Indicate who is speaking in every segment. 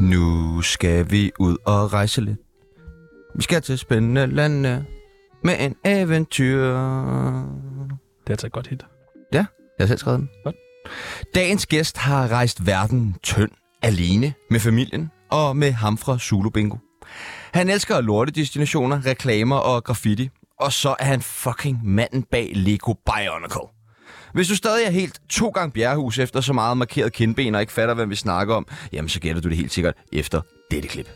Speaker 1: Nu skal vi ud og rejse lidt. Vi skal til spændende lande med en eventyr.
Speaker 2: Det er altså et godt hit.
Speaker 1: Jeg har selv skrevet den.
Speaker 2: Godt.
Speaker 1: Dagens gæst har rejst verden tynd, alene, med familien og med ham fra Zulu Bingo. Han elsker lortedestinationer, reklamer og graffiti. Og så er han fucking manden bag Lego Bionicle. Hvis du stadig er helt to gange bjerrehus efter så meget markeret kindben og ikke fatter, hvad vi snakker om, jamen så gætter du det helt sikkert efter dette klip.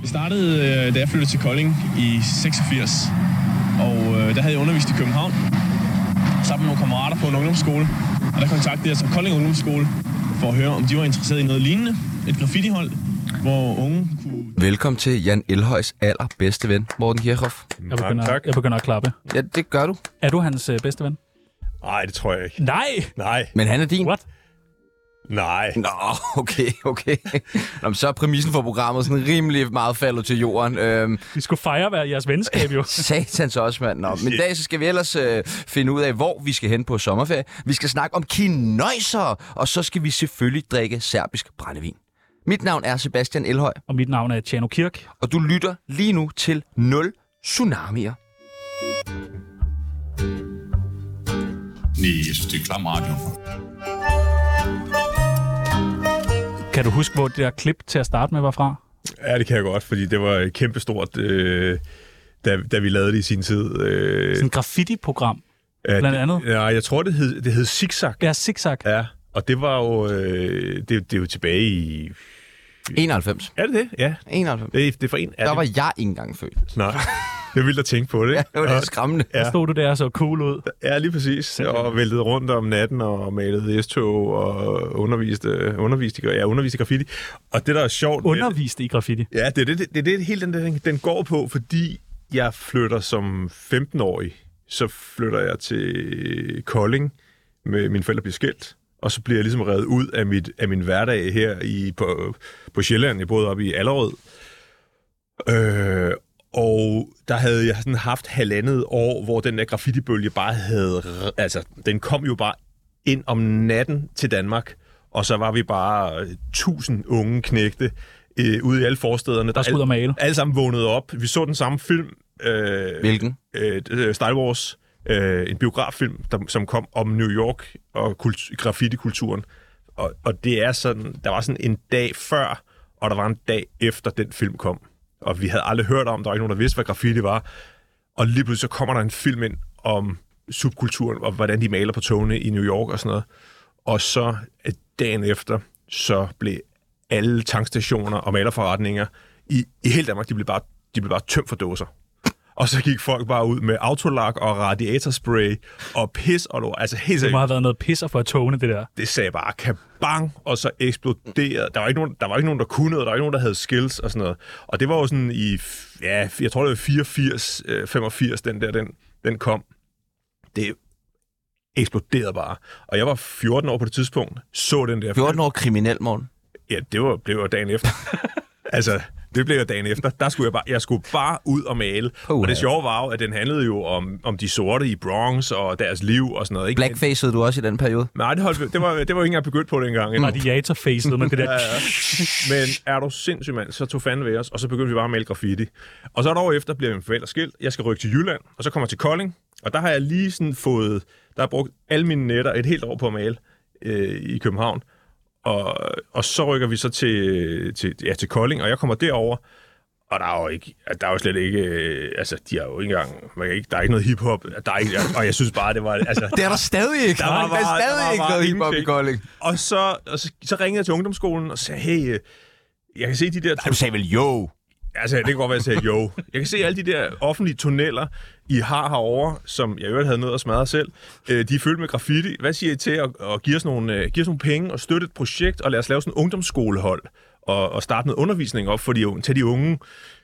Speaker 3: Det startede, øh, da jeg flyttede til Kolding i 86. Og øh, der havde jeg undervist i København sammen med nogle kammerater på en ungdomsskole. Og der kontaktede jeg så Kolding Ungdomsskole for at høre, om de var interesseret i noget lignende. Et graffitihold, hvor unge kunne
Speaker 1: Velkommen til Jan Elhøjs allerbedste ven, Morten Kirchhoff.
Speaker 2: Jeg begynder,
Speaker 4: tak.
Speaker 2: jeg begynder at klappe.
Speaker 1: Ja, det gør du.
Speaker 2: Er du hans øh, bedste ven?
Speaker 4: Nej, det tror jeg ikke.
Speaker 2: Nej!
Speaker 4: Nej,
Speaker 1: Men han er din.
Speaker 2: What?
Speaker 4: nej.
Speaker 1: Nå, okay, okay. Nå, men så er præmissen for programmet sådan rimelig meget faldet til jorden. Øhm,
Speaker 2: Vi skulle fejre hver jeres venskab jo.
Speaker 1: satans også, mand. Nå, men i dag så skal vi ellers øh, finde ud af, hvor vi skal hen på sommerferie. Vi skal snakke om kinøjser, og så skal vi selvfølgelig drikke serbisk brændevin. Mit navn er Sebastian Elhøj,
Speaker 2: Og mit navn er Tjano Kirk.
Speaker 1: og du lytter lige nu til 0 Tsunamier.
Speaker 5: Nej, jeg synes, det er klam radio.
Speaker 2: Kan du huske, hvor det der klip til at starte med var fra?
Speaker 4: Ja, det kan jeg godt, fordi det var kæmpestort, øh, da, da vi lavede det i sin tid. Øh,
Speaker 2: Sådan et graffiti-program.
Speaker 4: at-
Speaker 2: blandt andet?
Speaker 4: Ja, jeg tror, det hed, det hed Zigzag.
Speaker 2: Ja, zigzag.
Speaker 4: Ja, og det var jo, øh, det, det er jo tilbage i...
Speaker 1: 91.
Speaker 4: Er det det? Ja.
Speaker 1: 91.
Speaker 4: Det er, det er for en... Er
Speaker 1: Der
Speaker 4: det?
Speaker 1: var jeg ikke engang født.
Speaker 4: Nej, det er vildt at tænke på det.
Speaker 1: Ja,
Speaker 4: ikke?
Speaker 1: det var da skræmmende.
Speaker 2: Der
Speaker 4: Ja.
Speaker 2: stod du der og så cool ud.
Speaker 4: Ja, lige præcis. Og væltede rundt om natten og malede S-tog og underviste, underviste, i- ja, underviste i graffiti. Og det, der er sjovt... ved det-
Speaker 2: Undervist i graffiti.
Speaker 4: Ja, det er det, det, det, er det hele den, den, den går på, fordi jeg flytter som 15-årig, så flytter jeg til Kolding, med mine forældre bliver skilt, og så bliver jeg ligesom reddet ud af, mit, af min hverdag her i, på, på Sjælland. Jeg boede oppe i Allerød. Øh, og der havde jeg sådan haft halvandet år, hvor den der graffitibølge bare havde... r- Altså, den kom jo bare ind om natten til Danmark, og så var vi bare øh, tusind unge knægte øh, ude i alle forstederne.
Speaker 2: Der skulle ud og male.
Speaker 4: alle sammen vågnede op. Vi så den samme film. Øh,
Speaker 1: Hvilken?
Speaker 4: øh, øh, Star Wars, øh, en biograffilm, der, som kom om New York og kult- graffiti-kulturen. Og, og det er sådan, der var sådan en dag før, og der var en dag efter den film kom. Og vi havde aldrig hørt om, der var ikke nogen, der vidste, hvad graffiti var. Og lige pludselig så kommer der en film ind om subkulturen, og hvordan de maler på togene i New York og sådan noget. Og så øh, dagen efter, så blev alle tankstationer og malerforretninger i, i hele Danmark, de blev bare, de blev bare tømt for dåser. Og så gik folk bare ud med autolak og radiatorspray og pis og lort. Altså helt
Speaker 2: Det må
Speaker 4: seriøst,
Speaker 2: have været noget pisser for at tåne, det der.
Speaker 4: det sagde bare kabang, og så eksploderede. Der var, ikke nogen, der var ikke nogen, der kunne noget, der var ikke nogen, der havde skills og sådan noget. Og det var jo sådan i, f- ja, jeg tror det var 84, øh, 85, den der, den, den kom. Det eksploderede bare. Og jeg var 14 år på det tidspunkt, så den der
Speaker 1: 14 år kriminel, Morten.
Speaker 4: Ja, det var, blev jo dagen efter. altså, det blev jo dagen efter. Der skulle jeg bare, jeg skulle bare ud og male.
Speaker 1: Puha.
Speaker 4: Og det sjove var jo, at den handlede jo om, om de sorte i Bronx og deres liv og sådan noget. Ikke?
Speaker 1: Blackfacede du også i den periode?
Speaker 4: Men, nej, det, holdt, vi- det, var, det var ikke engang begyndt på dengang.
Speaker 2: Mm.
Speaker 4: endnu.
Speaker 2: Radiatorfacet med det der.
Speaker 4: Men er du sindssyg, mand? Så tog fanden ved os, og så begyndte vi bare at male graffiti. Og så et år efter bliver min forældre skilt. Jeg skal rykke til Jylland, og så kommer jeg til Kolding. Og der har jeg lige sådan fået... Der har jeg brugt alle mine netter et helt år på at male øh, i København. Og, og så rykker vi så til, til, ja, til Kolding, og jeg kommer derover og der er jo ikke, der er jo slet ikke, øh, altså, de har jo ikke engang, man kan ikke, der er ikke noget hiphop, der er ikke, og jeg synes bare, det var, altså,
Speaker 1: Det er der stadig ikke.
Speaker 4: Der var
Speaker 1: der er
Speaker 4: bare-
Speaker 1: stadig
Speaker 4: der var
Speaker 1: ikke
Speaker 4: bare
Speaker 1: noget hiphop i
Speaker 4: ingenting.
Speaker 1: Kolding.
Speaker 4: Og så, og så, så ringede jeg til ungdomsskolen og sagde, hey, øh, jeg kan se de der...
Speaker 1: Du sagde vel jo.
Speaker 4: Altså, det kan godt være, at jeg sagde jo. Jeg kan se alle de der offentlige tunneller, I har herovre, som jeg i øvrigt havde noget at smadre selv. Øh, De er fyldt med graffiti. Hvad siger I til at, at give, os nogle, øh, give os nogle penge og støtte et projekt, og lad os lave sådan en ungdomsskolehold og, og starte noget undervisning op for de, unge- til de unge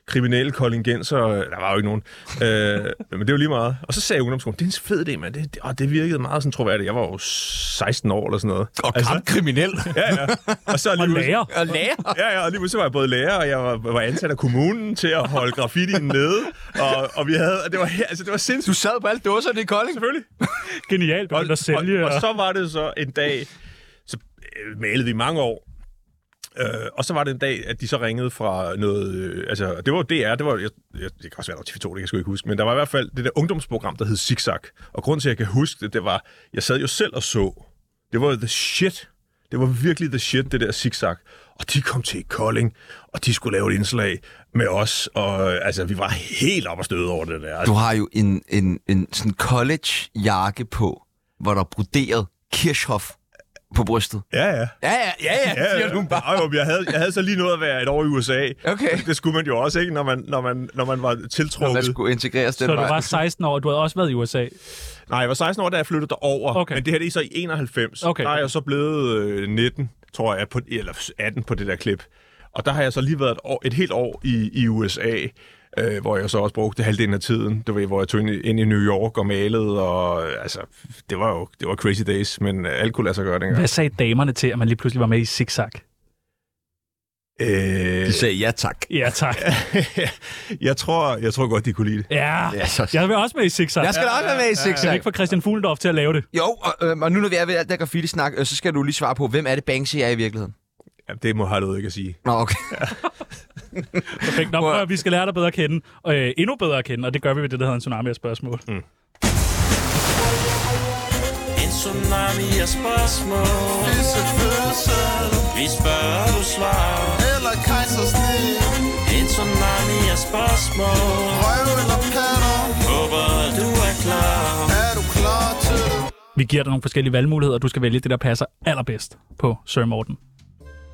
Speaker 4: kriminelle kollingenser. Der var jo ikke nogen. Øh, men det var lige meget. Og så sagde ungdomsskolen, det er en fed idé, mand. Det, det, åh, det virkede meget sådan, tror jeg. Jeg var jo 16 år eller sådan noget.
Speaker 1: Og kampkriminel.
Speaker 4: Altså? Ja, ja. Og så
Speaker 2: Og
Speaker 4: alligevel-
Speaker 2: lærer.
Speaker 1: Og lærer.
Speaker 4: Ja, ja, og lige pludselig var jeg både lærer, og jeg var, var ansat af kommunen til at holde graffitien nede. Og, og vi havde, og det var, her- altså, det var sindssygt.
Speaker 1: Du sad på alle dåserne i Kolding.
Speaker 4: Selvfølgelig.
Speaker 2: Genialt begyndt at sælge.
Speaker 4: og,
Speaker 2: og-
Speaker 4: og, så var det så en dag, så øh, malede vi i mange år. Øh, og så var det en dag, at de så ringede fra noget... Øh, altså, det var jo DR, det var... Jeg, jeg, det kan også være, der var TV2, det kan jeg sgu ikke huske. Men der var i hvert fald det der ungdomsprogram, der hed Zigzag. Og grund til, at jeg kan huske det, det var... Jeg sad jo selv og så. Det var jo the shit. Det var virkelig the shit, det der Zigzag. Og de kom til Kolding, og de skulle lave et indslag med os. Og øh, altså, vi var helt op og støde over det der.
Speaker 1: Du har jo en, en, en sådan college-jakke på, hvor der er broderet Kirchhoff på brystet.
Speaker 4: Ja, ja.
Speaker 1: Ja, ja, ja, ja, ja siger du bare.
Speaker 4: Ja, jo, men jeg, havde, jeg havde så lige nået at være et år i USA.
Speaker 1: Okay.
Speaker 4: Det skulle man jo også, ikke, når man, når man, når man var tiltrukket.
Speaker 1: Man skulle integreres
Speaker 2: Så
Speaker 1: den
Speaker 2: du
Speaker 1: vej.
Speaker 2: var 16 år, og du havde også været i USA.
Speaker 4: Nej, jeg var 16 år, da jeg flyttede derover.
Speaker 2: Okay.
Speaker 4: Men det her det er så i 91.
Speaker 2: Okay.
Speaker 4: Der er jeg så blevet øh, 19, tror jeg, på, eller 18 på det der klip. Og der har jeg så lige været et, år, et helt år i, i USA, øh, hvor jeg så også brugte halvdelen af tiden. Det var, hvor jeg tog ind, i- ind i New York og malede, og øh, altså, det var jo det var crazy days, men øh, alt kunne lade sig gøre dengang.
Speaker 2: Hvad sagde damerne til, at man lige pludselig var med i zigzag?
Speaker 4: Øh,
Speaker 1: De sagde ja tak.
Speaker 2: Ja, tak.
Speaker 4: jeg, tror, jeg tror godt, de kunne lide det.
Speaker 2: Ja,
Speaker 1: Ja, så-
Speaker 2: jeg vil også med i zigzag.
Speaker 1: Jeg skal da også være med i
Speaker 2: Kan vi
Speaker 1: zigzag.
Speaker 2: ikke få Christian Fuglendorf til at lave det?
Speaker 1: Jo, og, øh, og nu når vi er ved alt det graffiti-snak, øh, så skal du lige svare på, hvem er det Banksy er i virkeligheden?
Speaker 4: Jamen, det må Harlod ikke at sige.
Speaker 1: Nå, okay.
Speaker 2: Perfekt. Nå, prøv, at- vi skal lære dig bedre at kende. Og, øh, endnu bedre at kende, og det gør vi ved det, der hedder en tsunami af spørgsmål. Mm.
Speaker 6: En tsunami af spørgsmål Vi spørger, du svarer
Speaker 7: Eller kejsersnit
Speaker 6: En tsunami af spørgsmål
Speaker 7: Røv eller patter
Speaker 6: Håber, du er klar
Speaker 7: Er du klar til det?
Speaker 2: Vi giver dig nogle forskellige valgmuligheder, og du skal vælge det, der passer allerbedst på Sir Morten.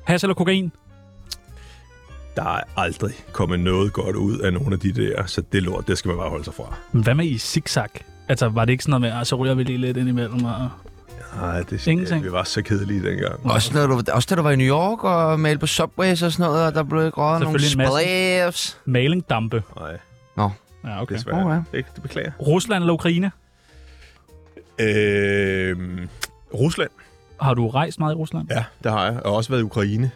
Speaker 2: Has eller kokain?
Speaker 4: Der er aldrig kommet noget godt ud af nogle af de der, så det lort, det skal man bare holde sig fra.
Speaker 2: Hvad med i zigzag? Altså, var det ikke sådan noget med, "Ah, så ryger vi lige lidt indimellem? Og...
Speaker 4: Nej, det
Speaker 2: Ingenting.
Speaker 4: Vi var så kedelige dengang.
Speaker 1: også, når du, også da du var i New York og malte på Subways og sådan noget, og der blev ikke røget nogle
Speaker 2: Selvfølgelig en
Speaker 1: splaves.
Speaker 2: Malingdampe.
Speaker 4: Nej,
Speaker 1: Nå,
Speaker 2: Ja, okay.
Speaker 4: desværre.
Speaker 1: Okay.
Speaker 4: Det, det beklager.
Speaker 2: Rusland eller Ukraine?
Speaker 4: Øh, Rusland.
Speaker 2: Har du rejst meget i Rusland?
Speaker 4: Ja, det har jeg. Og også været i Ukraine.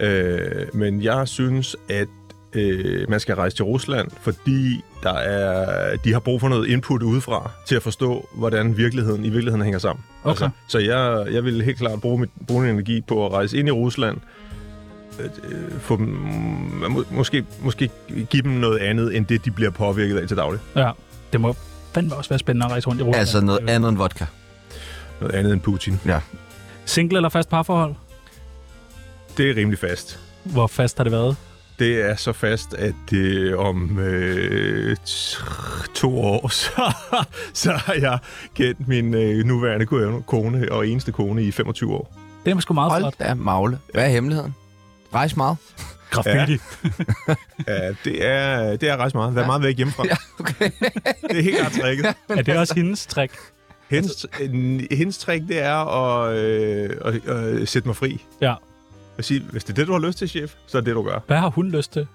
Speaker 4: Øh, men jeg synes, at øh, man skal rejse til Rusland, fordi der er, de har brug for noget input udefra til at forstå, hvordan virkeligheden i virkeligheden hænger sammen. Altså,
Speaker 2: Okay.
Speaker 4: så jeg, jeg vil helt klart bruge, mit, bruge min energi på at rejse ind i Rusland, øh, få dem, må, måske, måske give dem noget andet, end det, de bliver påvirket af til daglig.
Speaker 2: Ja. Det må fandme også være spændende at rejse rundt i Rusland.
Speaker 1: altså noget andet end vodka.
Speaker 4: Noget andet end Putin.
Speaker 2: Single eller fast parforhold?
Speaker 4: Det er rimelig fast.
Speaker 2: Hvor fast har det været?
Speaker 4: Det er så fast, at det om øh, t- to år, så, så har jeg kendt min øh, nuværende ko- kone og eneste kone i 25 år.
Speaker 2: Det er sgu meget flot.
Speaker 1: Hold da magle. Hvad er hemmeligheden? Rejs meget.
Speaker 2: Graffiti. Ja.
Speaker 4: Ja, det er, det er ret meget. Vær meget væk hjemmefra. Ja,
Speaker 1: okay.
Speaker 4: det er helt klart tricket.
Speaker 2: Er det også hendes trick?
Speaker 4: Hendes, en- hendes trick, det er at, øh, at, at sætte mig fri.
Speaker 2: Ja.
Speaker 4: Og sige, hvis det er det, du har lyst til, chef, så er det det, du gør.
Speaker 2: Hvad har hun lyst til?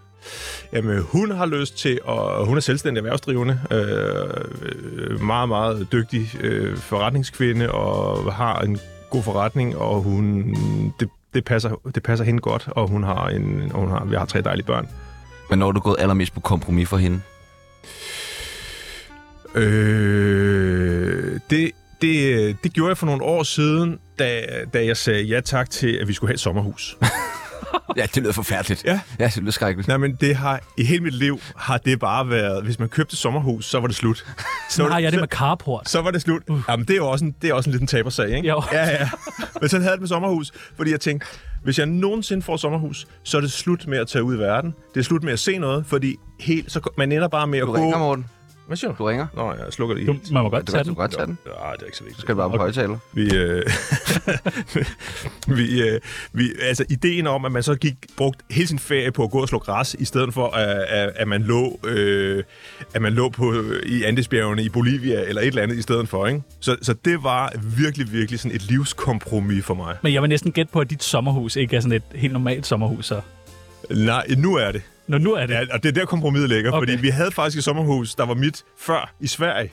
Speaker 4: Jamen, hun har lyst til, og hun er selvstændig erhvervsdrivende, øh, øh, meget, meget dygtig øh, forretningskvinde, og har en god forretning, og hun, det, det, passer, det passer hende godt, og hun har en, og hun har, vi har tre dejlige børn.
Speaker 1: Men når er du gået allermest på kompromis for hende?
Speaker 4: Øh, det, det, det gjorde jeg for nogle år siden, da, da jeg sagde ja tak til, at vi skulle have et sommerhus.
Speaker 1: Ja, det lyder forfærdeligt.
Speaker 4: Ja.
Speaker 1: Ja, det lyder skrækkeligt.
Speaker 4: Nej, men det har, i hele mit liv har det bare været, hvis man købte et sommerhus, så var det slut. Så,
Speaker 2: Sådan har jeg det med carport.
Speaker 4: så var det slut. Uh. Jamen, det er jo også en, det er også en lidt en tabersag, ikke?
Speaker 2: Jo.
Speaker 4: Ja, ja. Men sådan havde jeg det med sommerhus, fordi jeg tænkte, hvis jeg nogensinde får sommerhus, så er det slut med at tage ud i verden. Det er slut med at se noget, fordi helt, så man ender bare med at
Speaker 1: Du
Speaker 4: gå...
Speaker 1: ringer, Morten.
Speaker 4: Hvad siger du?
Speaker 1: Du ringer.
Speaker 4: Nå, jeg slukker det i.
Speaker 2: Du, man må godt
Speaker 1: Du
Speaker 2: tage
Speaker 1: kan du kan
Speaker 2: den.
Speaker 1: godt tage den.
Speaker 4: Nej, det er ikke så vigtigt.
Speaker 1: Skal du bare på højtaler?
Speaker 4: Vi, øh, vi, øh, vi, altså ideen om, at man så gik, brugt hele sin ferie på at gå og slå græs, i stedet for, at, at, at man lå, øh, at man lå på, øh, i Andesbjergene i Bolivia eller et eller andet i stedet for. Ikke? Så, så det var virkelig, virkelig sådan et livskompromis for mig.
Speaker 2: Men jeg vil næsten gætte på, at dit sommerhus ikke er sådan et helt normalt sommerhus. Så.
Speaker 4: Nej, nu er det.
Speaker 2: Nå, nu er det.
Speaker 4: Ja, og det er der kompromiset ligger,
Speaker 2: Okay.
Speaker 4: okay. fordi vi havde faktisk et sommerhus, der var mit før i Sverige.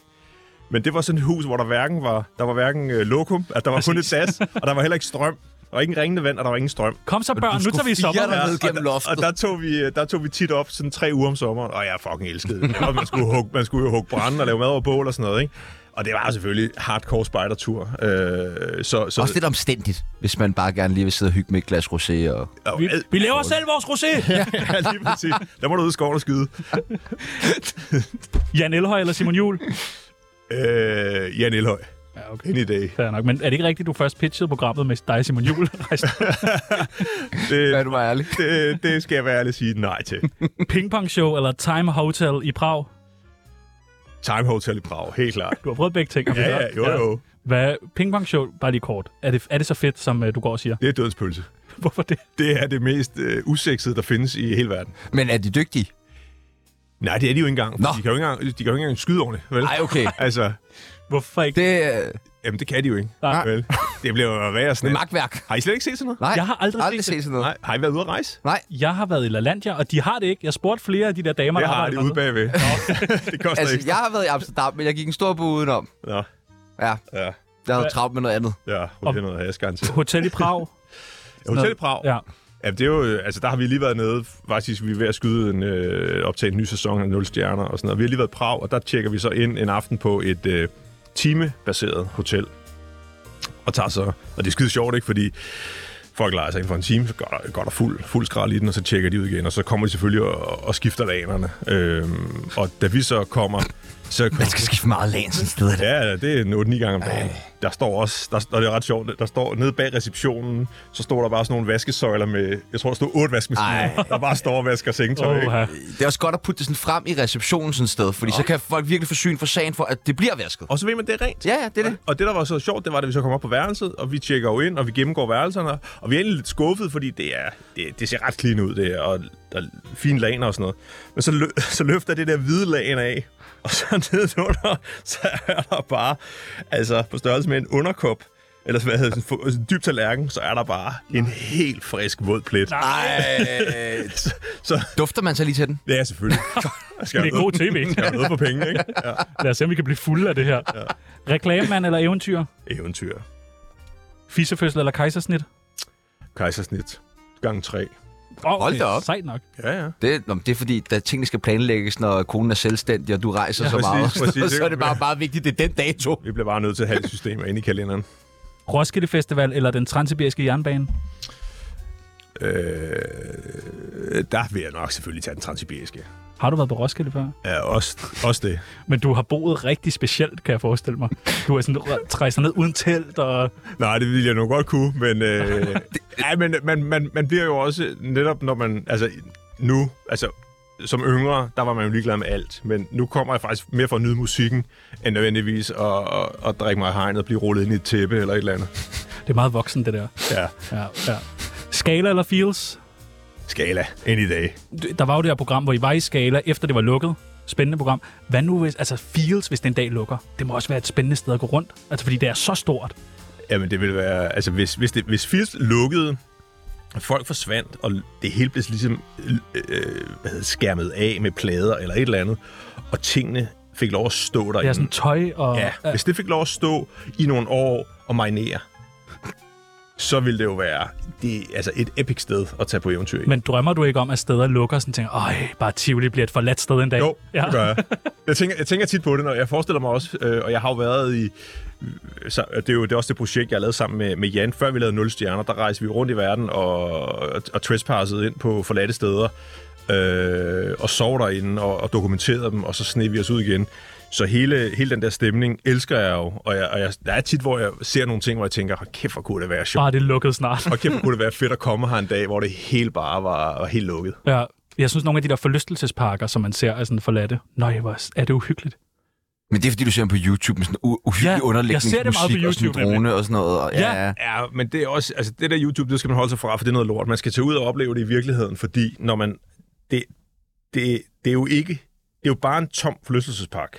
Speaker 4: Men det var sådan et hus, hvor der hverken var, der var hverken øh, lokum, at der var kun et
Speaker 2: Præcis.
Speaker 4: sas, og der var heller ikke strøm. Der var ingen ringende vand, og der var ingen strøm.
Speaker 2: Kom så, børn. Nu
Speaker 1: skulle
Speaker 2: tager vi i
Speaker 1: fire
Speaker 2: sommer.
Speaker 1: derned. ned gennem
Speaker 4: og,
Speaker 1: loftet.
Speaker 4: der, og der, tog vi, øh, der tog vi tit op sådan tre uger om sommeren, og jeg fucking elskede det. det. var, man, skulle hugge, man skulle jo hugge brænde og lave mad over bål og sådan noget, ikke? Og det var selvfølgelig hardcore spejdertur. Øh, så, så,
Speaker 1: Også lidt omstændigt, hvis man bare gerne lige vil sidde og hygge med et glas rosé. Og...
Speaker 4: og-
Speaker 2: Vi, vi laver selv vores rosé!
Speaker 4: ja, lige præcis. Der må du ud i skoven og skyde.
Speaker 2: Jan Elhøj eller Simon Jul?
Speaker 4: Øh, Jan Elhøj.
Speaker 2: Ja, okay.
Speaker 4: Any day.
Speaker 2: Fair nok, men er det ikke rigtigt, du først pitchede programmet med dig, Simon Jul?
Speaker 1: Ja,
Speaker 4: Det,
Speaker 1: du var ærlig.
Speaker 4: det, det skal jeg være ærlig at sige nej til.
Speaker 2: Pingpong Show eller Time Hotel i Prag?
Speaker 4: Time Hotel i Prag, helt klart.
Speaker 2: Du har prøvet begge ting. har vi
Speaker 4: Ja, ja,
Speaker 2: hørt.
Speaker 4: jo, jo.
Speaker 2: Hvad, pingpong Show, bare lige kort. Er det, er det så fedt, som øh, du går og siger?
Speaker 4: Det er dødens pølse.
Speaker 2: Hvorfor det?
Speaker 4: Det er det mest øh, usexede, der findes i hele verden.
Speaker 1: Men er de dygtige?
Speaker 4: Nej, det er de jo ikke engang.
Speaker 1: Nå.
Speaker 4: for De kan jo ikke engang, de kan jo ikke engang skyde ordentligt, vel?
Speaker 1: Nej, okay.
Speaker 4: Altså,
Speaker 2: Hvorfor ikke?
Speaker 1: Det øh, er
Speaker 4: jamen det kan de jo ikke.
Speaker 2: Nej.
Speaker 4: Vel? Det bliver jo værre
Speaker 1: med
Speaker 4: sådan.
Speaker 1: magtværk.
Speaker 4: Har I slet ikke set sådan noget?
Speaker 1: Nej,
Speaker 2: Jeg har aldrig
Speaker 1: aldrig
Speaker 2: set
Speaker 1: set sådan noget.
Speaker 4: Nej. Har I været ude at rejse?
Speaker 2: Jeg har været i LaLandia, og de har det ikke. Jeg spurgte flere af de der damer,
Speaker 4: Det
Speaker 2: der
Speaker 4: har de
Speaker 2: arbejder
Speaker 4: ude
Speaker 2: dernede.
Speaker 4: bagved. det koster
Speaker 1: Altså,
Speaker 4: ikke.
Speaker 1: jeg har været i Amsterdam, men jeg gik en stor bu udenom.
Speaker 4: Nå,
Speaker 1: Ja,
Speaker 4: ja.
Speaker 1: jeg havde travlt med noget andet.
Speaker 4: Ja, og det er noget, jeg skal garantere.
Speaker 2: Hotel i Prag.
Speaker 4: Hotel Prag.
Speaker 2: ja.
Speaker 4: Ja, det er jo, altså, der har vi lige været nede, faktisk, vi er ved at skyde en, øh, optage en ny sæson af 0 stjerner og sådan noget. Vi har lige været i Prag, og der tjekker vi så ind en aften på et øh, timebaseret hotel. Og tager så, og det er skide sjovt, ikke? Fordi folk leger sig ind for en time, så går der, går der fuld, fuld skrald i den, og så tjekker de ud igen, og så kommer de selvfølgelig og, og skifter lanerne. Øhm, og da vi så kommer, så kommer
Speaker 1: Man skal skifte meget lagen sådan et sted. er det.
Speaker 4: Ja, ja, det er en 8-9 gange om dagen. Der står også, der, og det er ret sjovt, der står nede bag receptionen, så står der bare sådan nogle vaskesøjler med, jeg tror, der stod otte vaskemaskiner, der bare står og vasker sengetøj. ikke?
Speaker 2: Oha.
Speaker 1: Det er også godt at putte det sådan frem i receptionen sådan et sted, fordi så kan folk virkelig få syn for sagen for, at det bliver vasket.
Speaker 4: Og så ved man, det er rent.
Speaker 1: Ja, ja, det er det.
Speaker 4: Og det, der var så sjovt, det var, at vi så kom op på værelset, og vi tjekker jo ind, og vi gennemgår værelserne, og vi er egentlig lidt skuffet, fordi det, er, det, det ser ret clean ud, det er, og der er fine laner og sådan noget. Men så, lø, så løfter det der hvide lagen af, og så nedenunder, så er der bare, altså på størrelse med en underkop, eller hvad hedder det, sådan en fu- en dyb tallerken, så er der bare en helt frisk våd plet.
Speaker 1: Ej,
Speaker 4: Så, så
Speaker 1: dufter man så lige til den?
Speaker 4: det er selvfølgelig. Skal
Speaker 2: Det er god tv.
Speaker 4: Jeg noget for penge, ikke? Ja.
Speaker 2: Lad os se, om vi kan blive fulde af det her. Ja. Reklamemand eller eventyr?
Speaker 4: Eventyr.
Speaker 2: Fisefødsel eller kejsersnit?
Speaker 4: Kejsersnit. Gang 3.
Speaker 2: Oh,
Speaker 1: Hold da op.
Speaker 2: Sejt nok.
Speaker 4: Ja, ja.
Speaker 1: Det, nå, men det er fordi, da tingene skal planlægges, når konen er selvstændig, og du rejser ja, så
Speaker 4: præcis,
Speaker 1: meget,
Speaker 4: præcis.
Speaker 1: så er det bare meget vigtigt, det er den dato.
Speaker 4: Vi bliver bare nødt til at have et system ind i kalenderen.
Speaker 2: Roskilde Festival eller den transsibiriske jernbane?
Speaker 4: Øh, der vil jeg nok selvfølgelig tage den transsibiriske.
Speaker 2: Har du været på Roskilde før?
Speaker 4: Ja, også, også det.
Speaker 2: Men du har boet rigtig specielt, kan jeg forestille mig. Du har sådan r- rejst ned uden telt, og
Speaker 4: Nej, det ville jeg nu godt kunne, men... Øh, ja, men man, man, man bliver jo også netop, når man... Altså, nu, altså, som yngre, der var man jo ligeglad med alt. Men nu kommer jeg faktisk mere for at nyde musikken, end nødvendigvis at, at, at drikke mig i hegnet og blive rullet ind i et tæppe eller et eller andet.
Speaker 2: det er meget voksen, det der.
Speaker 4: Ja,
Speaker 2: Ja, ja. Skala eller Feels?
Speaker 4: skala. Ind i dag.
Speaker 2: Der var jo det her program, hvor I var i Skala, efter det var lukket. Spændende program. Hvad nu, hvis, altså Feels, hvis den dag lukker? Det må også være et spændende sted at gå rundt. Altså, fordi det er så stort.
Speaker 4: Jamen, det ville være... Altså, hvis, hvis, det, hvis Fields lukkede, og folk forsvandt, og det hele blev ligesom øh, øh, hvad hedder, det, skærmet af med plader eller et eller andet, og tingene fik lov at stå
Speaker 2: Det er
Speaker 4: derinde.
Speaker 2: sådan tøj og...
Speaker 4: Mm. ja, hvis det fik lov at stå i nogle år og marinere, så ville det jo være det, altså et epic sted at tage på eventyr i.
Speaker 2: Men drømmer du ikke om, at steder lukker, og sådan tænker, øj, bare Tivoli bliver et forladt sted en dag?
Speaker 4: Jo, ja.
Speaker 2: ja.
Speaker 4: det gør jeg. Jeg tænker, jeg tænker tit på det, når jeg forestiller mig også, øh, og jeg har jo været i... øh, Så, det er jo det er også det projekt, jeg lavede sammen med, med Jan. Før vi lavede 0 stjerner, der rejste vi rundt i verden og, og, og trespassede ind på forladte steder. Øh, og sov derinde og, og dokumenterede dem, og så sned vi os ud igen. Så hele, hele den der stemning elsker jeg jo. Og, jeg, og jeg, der er tit, hvor jeg ser nogle ting, hvor jeg tænker, "Hold kæft, hvor kunne det være sjovt.
Speaker 2: Bare det er lukket snart.
Speaker 4: Og kæft, hvor kunne det være fedt at komme her en dag, hvor det hele bare var, var helt lukket.
Speaker 2: Ja, jeg synes, nogle af de der forlystelsesparker, som man ser, er sådan forladte. Nøj, hvor er det uhyggeligt.
Speaker 1: Men det er fordi, du ser dem på YouTube med sådan u- uhyggelig
Speaker 2: Ja,
Speaker 1: ja, underlægningsmusik
Speaker 2: jeg ser det meget på
Speaker 1: og sådan en
Speaker 2: YouTube, nemlig.
Speaker 1: drone og sådan noget. Og, ja,
Speaker 2: Ja.
Speaker 1: ja.
Speaker 4: Ja, men det er også, altså det der YouTube, det skal man holde sig fra, for det er noget lort. Man skal tage ud og opleve det i virkeligheden, fordi når man, det, det, det er jo ikke, det er jo bare en tom forlystelsespark.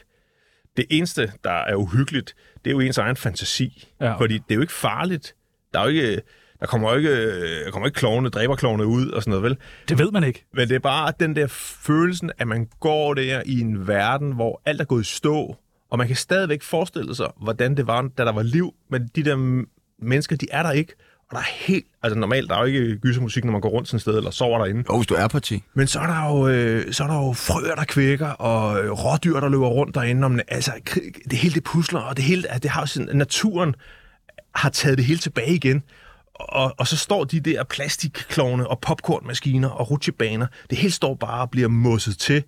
Speaker 4: Det eneste, der er uhyggeligt, det er jo ens egen fantasi.
Speaker 2: Ja, okay.
Speaker 4: Fordi det er jo ikke farligt. Der er jo ikke, der kommer jo ikke, der kommer ikke klovne, dræber klovne ud og sådan noget, vel?
Speaker 2: Det ved man ikke.
Speaker 4: Men det er bare den der følelsen, at man går der i en verden, hvor alt er gået i stå, og man kan stadigvæk forestille sig, hvordan det var, da der var liv, men de der m- mennesker, de er der ikke, Og der er helt... Altså normalt, der er jo ikke gysermusik, når man går rundt sådan et sted, eller sover derinde.
Speaker 1: Jo, hvis du er parti.
Speaker 4: Men så er der jo, øh, så er der jo frøer, der kvækker, og øh, rådyr, der løber rundt derinde. Om, altså, kri- det hele det pusler, og det hele, at det har jo sin, naturen har taget det hele tilbage igen. Og, og så står de der plastikklovne og popcornmaskiner og rutsjebaner. Det hele står bare og bliver mosset til,